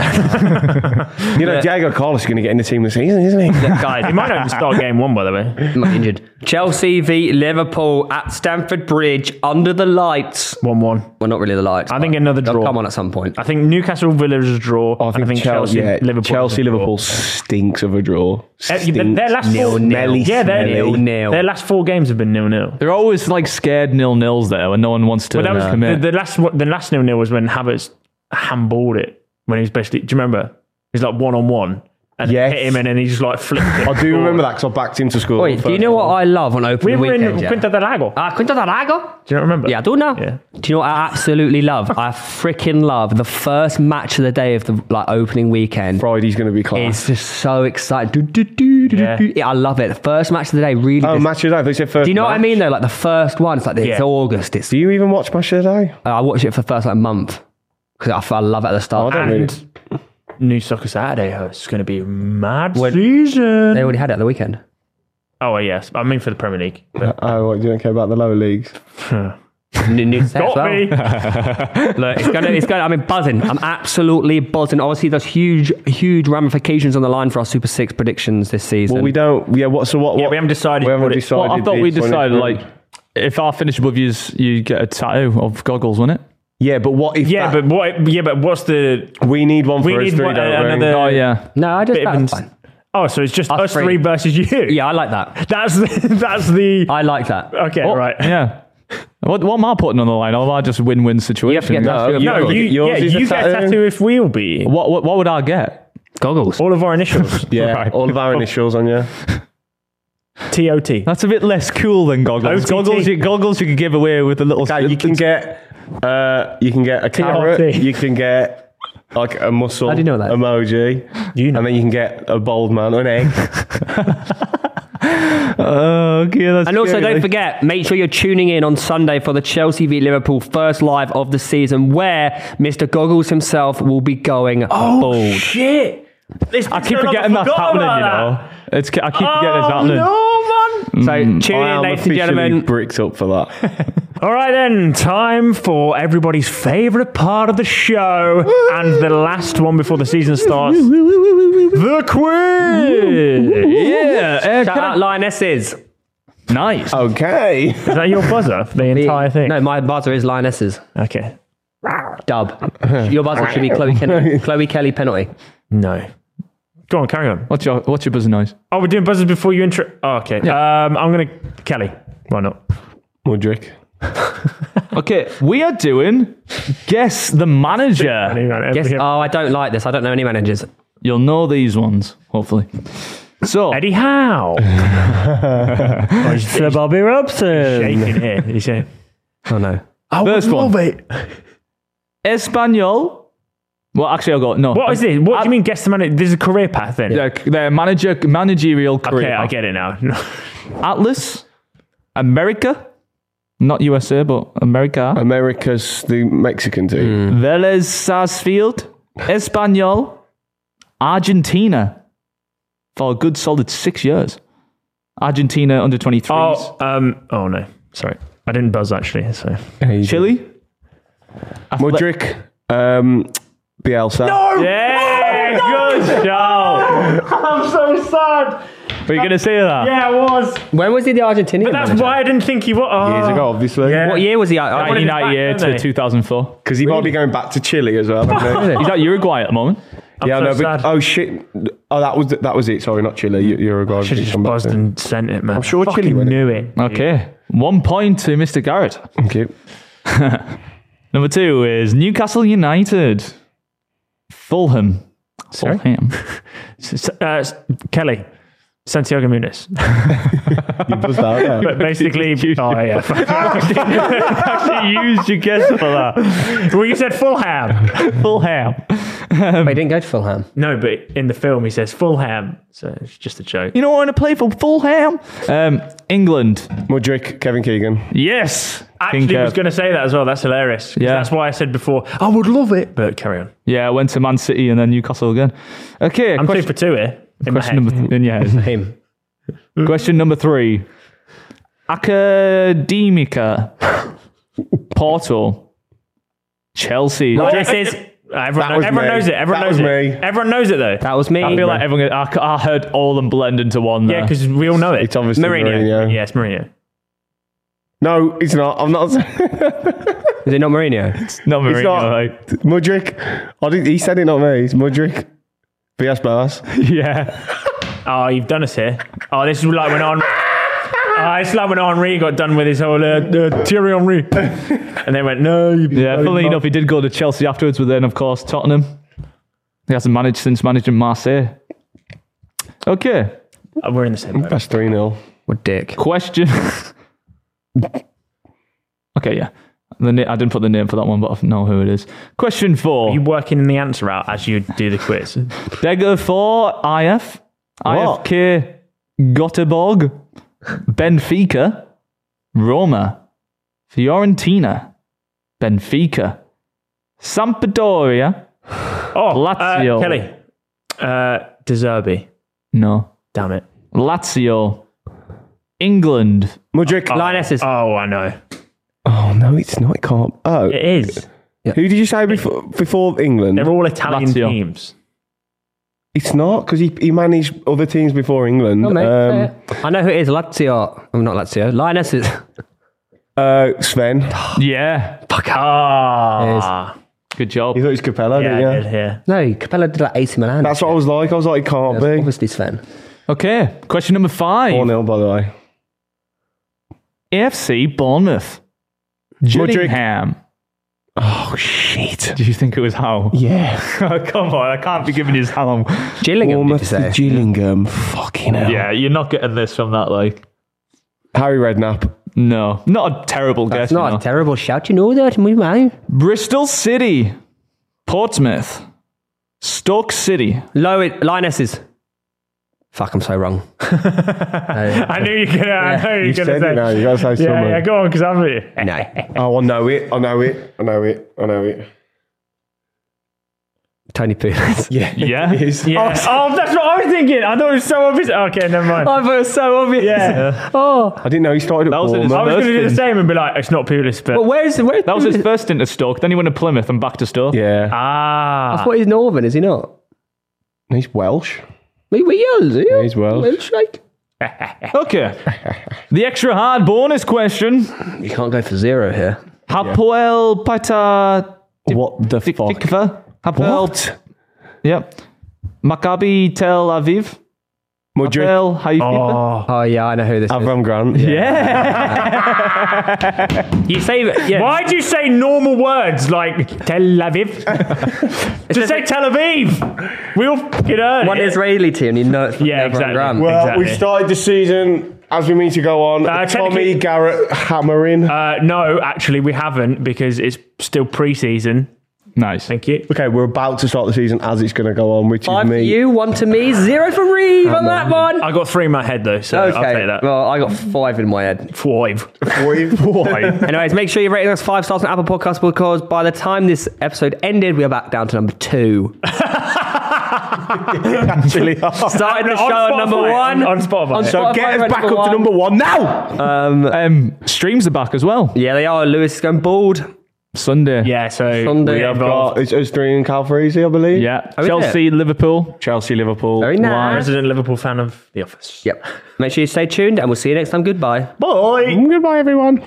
you know, Diego Carlos is going to get in the team this season, isn't he?
guys, he might not even start game one, by the way.
I'm not injured. Chelsea v Liverpool at Stamford Bridge under the lights.
1 1.
Well, not really the lights.
I think another
They'll
draw.
Oh, come on at some point.
I think Newcastle Villa is a draw. and I think, Chelsea,
yeah,
Liverpool.
Oh, Chelsea,
is a draw.
Liverpool stinks of a draw.
Uh,
Stinks.
yeah, but Their last
Nil,
four,
nil.
Smelly,
yeah, their,
smelly.
Nil.
their last four games have been nil nil.
They're always like scared nil nils there when no one wants to
But that was
commit.
the, the last one- the last nil nil was when Havertz handballed it when he was basically. Do you remember? He's like one on one and it
Yes.
hit him, and then he just like flipped. It
I do remember that because I backed him to school.
Wait, do you know what I love on opening
We were in
weekend? yeah?
Quinta del Lago.
Ah, Quinta da Lago?
Do you not remember?
Yeah, I do know.
Yeah.
Do you know what I absolutely love? I freaking love the first match of the day of the like opening weekend.
Friday's going to be class.
It's just so exciting. Do, do, do, do,
Yeah.
do, do. Yeah, I love it. The first match of the day really.
Oh,
just-
match of the day. They said first.
do you know what I
match.
mean though? Like the first one, it's like it's
Yeah.
August. It's
Do you even watch match of the day?
I watched it for the first like month because I, I love it at the
Oh,
start.
I don't really.
And new Soccer Saturday hosts going to be a mad
When-
season.
They already had it at the weekend.
oh yes, I mean for the Premier League. But,
Oh, what, you don't care about the lower leagues?
New, new set as
got
well.
me.
Look, it's gonna, it's gonna. I mean, buzzing. I'm absolutely buzzing. Obviously, there's huge, huge ramifications on the line for our Super Six predictions this season.
Well, we don't. Yeah, what? So what?
Yeah,
what-
we haven't decided
We haven't
what it-
decided.
well, I thought
the
we decided
opponent.
like if I finish above yous, you get a tattoo of goggles, wouldn't it?
Yeah, but what if?
Yeah,
that-
but what? Yeah, but what's the?
we need one uh, for
We
us
need
three,
one-
don't we?
another-
Oh yeah,
no, I just
Bit of
that's
ins-
fine.
Oh, so it's just
Us
us
three.
three versus you.
Yeah, I like that.
that's the, that's the.
I like that.
okay,
Oh,
right.
Yeah. What, what am I putting on the line? Am I just win-win situation?
have to get tattoo of
you-
No,
goggles.
you,
Yours
yeah,
is a
you get a
tattoo.
tattoo if we'll be
What, what what would I get?
goggles.
all of our initials.
Yeah,
Right.
all of our initials on you.
T O T.
That's a bit less cool than goggles.
OTT.
Goggles, you, goggles you can give away with a little.
Now, you can get uh, you can get a carrot. You can get like a muscle
How do you know that?
emoji.
You know.
And then you can get a bald man an egg.
Oh, okay, that's
And also,
good.
don't forget, make sure you're tuning in on Sunday for the Chelsea v Liverpool first live of the season, where Mr. Goggles himself will be going bald.
Shit. This,
I keep forgetting that's happening. You know, it's I keep forgetting it's happening.
Oh, no, man.
So tune in,
Mm. I am
ladies and
officially
gentlemen.
bricked up for that.
All right, then. Time for everybody's favourite part of the show and the last one before the season starts the quiz.
Yeah, uh,
Shout
can I-
out Lionesses.
nice.
Oh. okay.
Is that your buzzer for the entire thing?
No, my buzzer is Lionesses.
Okay.
Dub. Your buzzer should be Chloe Kelly, Chloe Kelly penalty.
No. Go on, carry on.
What's your what's your buzzer noise?
Oh, we're doing buzzers before you intro. Oh, okay. Um, I'm going to. Kelly. Why not?
Mudrick.
Okay, we are doing guess the manager.
Yes.
Yes,
Oh, I don't like this. I don't know any managers.
You'll know these ones hopefully. So
Eddie Howe. Oh, he's
Sir Bobby Robson.
shaking here. He's saying,
Oh no.
I
First
would
one.
love it.
Espanyol. Well, actually, I got no.
What is this? What do you mean, guess the manager? This is a career path then?
Their, their manager managerial career.
Okay, I get it now.
Atlas, America, not USA, but America.
Um, America's the Mexican team.
Vélez Sarsfield, Espanyol, Argentina for a good solid six years. Argentina under 23s.
oh, um, oh no. Sorry. I didn't buzz actually. So.
Hey,
Chile.
Mudrick. Um, Bielsa.
Yeah, good show. I'm so sad.
Were you going to say that?
Yeah, it was.
When was he the Argentinian?
But that's
manager?
why I didn't think he was. Oh.
Years ago, obviously.
Yeah.
What year was he? I, I,
1998
Back, don't
to
they?
2004.
Because he might be going back to Chile as well. hasn't he?
He's at Uruguay at the moment.
yeah,
so
no, but,
sad.
oh shit! Oh, that was that was it. Sorry, not Chile. You, Uruguay.
Should have just buzzed and sent it, man. I'm
sure
Fucking
Chile win it.
knew it.
Okay. One point to Mr. Garrett.
Thank you.
Number two is Newcastle United, Fulham. Fulham.
S- uh, s- Kelly, Santiago Muniz.
You buzzed out. yeah.
But basically, oh, yeah.
you used your guess for that.
well, you said Fulham.
Fulham.
he didn't go to Fulham.
No, but in the film, he says Fulham. So it's just a joke.
You don't want to play for Fulham? Um, England.
Mudrick, Kevin Keegan.
Yes.
Actually,
Think, uh,
was going to say that as well. That's hilarious. 'Cause
Yeah.
That's why I said before, I would love it. But carry on.
yeah, I went to Man City and then Newcastle again. Okay,
I'm
question,
two for two here. In my
question
head.
number th- in your head.
Him.
question number three. Academica, Porto, Chelsea.
This is.
everyone
That was
everyone
me.
knows it. Everyone
That
knows
was
it.
me.
Everyone knows it, though.
That was me.
I feel like everyone. I, I heard all them blend into one. There.
yeah, because we all know it.
It's obviously
Mourinho.
Mourinho.
Yes, Mourinho.
No, it's not. I'm not.
Is it not Mourinho?
not Mourinho.
It's not.
like,
Mudrick. I didn't, he said it, not me. It's Mudrick. BS Bars.
yeah.
Oh, you've done us here. Oh, this is like when on. Oh, it's like when Henri got done with his whole uh, uh, Thierry Henry, and they went, "No, you
Yeah.
no,
Funnily
you're
enough, he did go to Chelsea afterwards, but then of course Tottenham. He hasn't managed since managing Marseille. Okay.
not." Oh, we're in the same boat.
That's 3 0.
What dick?
Question. okay, yeah. The na- I didn't put the name for that one, but I know who it is. Question four.
You working in the answer out as you do the quiz.
Dega four. IF.
What?
IFK. Göteborg. Benfica. Roma. Fiorentina. Benfica. Sampdoria.
Oh,
Lazio.
Uh, Kelly, uh, Deserby.
No.
Damn it.
Lazio. England.
Mudrick.
Lionesses.
Oh, I know.
Oh, no, it's not. It can't. Oh.
It is.
Who did you say before, before England?
They're all Italian
Lazio.
teams.
It's not, because he, he managed other teams before England.
Oh, mate,
um,
say it. I know who it is. Lazio. I'm not Lazio. Lionesses.
uh, Sven. You
Yeah.
Fuck ah.
Good job.
thought it was Capello,
Yeah,
didn't you?
I did here.
no, Capella did like AC Milan.
That's what I was like. I was like, it can't be.
obviously Sven.
Okay. Question number five.
4 0, by the way.
AFC Bournemouth.
Mudrick.
Gillingham.
Oh shit!
Do you think it was how? Oh,
Yeah,
Come on, I can't be giving you his how.
Gillingham, did you
Bournemouth
say?
to Gillingham. Fucking hell.
Yeah, you're not getting this from that, like.
Harry Redknapp.
No, not a terrible guess.
It's not
you
a
know.
terrible shout. You know that, my man.
Bristol City, Portsmouth, Stoke City.
Low lionesses. Fuck, I'm so wrong.
I knew you could. I know you were
You said
going
it now.
to
You gotta say
say. Yeah,
something.
yeah. Go on, because I'm here.
No,
Oh, I know it. I know it. I know it. I know it.
Tony Pulis.
Yeah.
Yeah.
It is.
Yeah. Oh, that's what I was thinking. I thought it was so obvious. Okay, never mind.
I thought so obvious.
Yeah.
Oh,
I didn't know he started at
That was in his
I
Bournemouth.
was going to do the
Bursting.
same and be like, it's not Pulis, but.
but where's where's
That was his first stint at Stoke. Then he went to Plymouth and back to Stoke.
Yeah.
Ah.
What is Northern? Is he not?
he's Welsh.
Maybe Wales. Is he?
He's Welsh.
Welsh, like.
Okay. the extra hard bonus question.
You can't go for zero here.
Hapoel Pata
What the fuck?
Tikva. Hapoel. Yep. Maccabi Tel Aviv.
Mudrick.
Hapoel Haifa.
Oh.
Oh yeah, I know who this is.
Avram Grant.
You say yeah.
Why'd you say normal words like Tel Aviv? Just say Tel Aviv. We all fucking heard
One
it.
Israeli team, you know. It's
Yeah,
Everyone
exactly.
Graham.
Well-
Well,
Exactly.
we've started the season as we mean to go on.
Uh,
Tommy
technically-
Garrett hammering.
Uh, no, actually, we haven't because it's still pre-season.
Nice.
Thank you.
okay, we're about to start the season as it's going to go on, which
Five
is
for
me.
you, one to me, zero for Reeve on that one.
I got three in my head though, so I'll
Okay.
take that.
Well, I got five in my head.
Five.
Why?
Anyways, make sure you're rating us five stars on Apple Podcasts because by the time this episode ended, we are back down to number two.
Actually,
Started the
On
show at
Spotify,
number
on-
one.
on Spotify.
so
Spotify,
get
we're at
us back up to number one now.
Um, streams are back as well.
Yeah, they are. Lewis is going bald.
Sunday.
Yeah. So
Sunday.
we
I've
have
Oh,
got
it's us three and Calvarese, I believe.
Yeah.
is
Chelsea, Liverpool.
Chelsea, Liverpool.
Very nice.
resident Liverpool fan of The Office.
Yep. Make sure you stay tuned and we'll see you next time. Goodbye.
Bye.
Goodbye, everyone.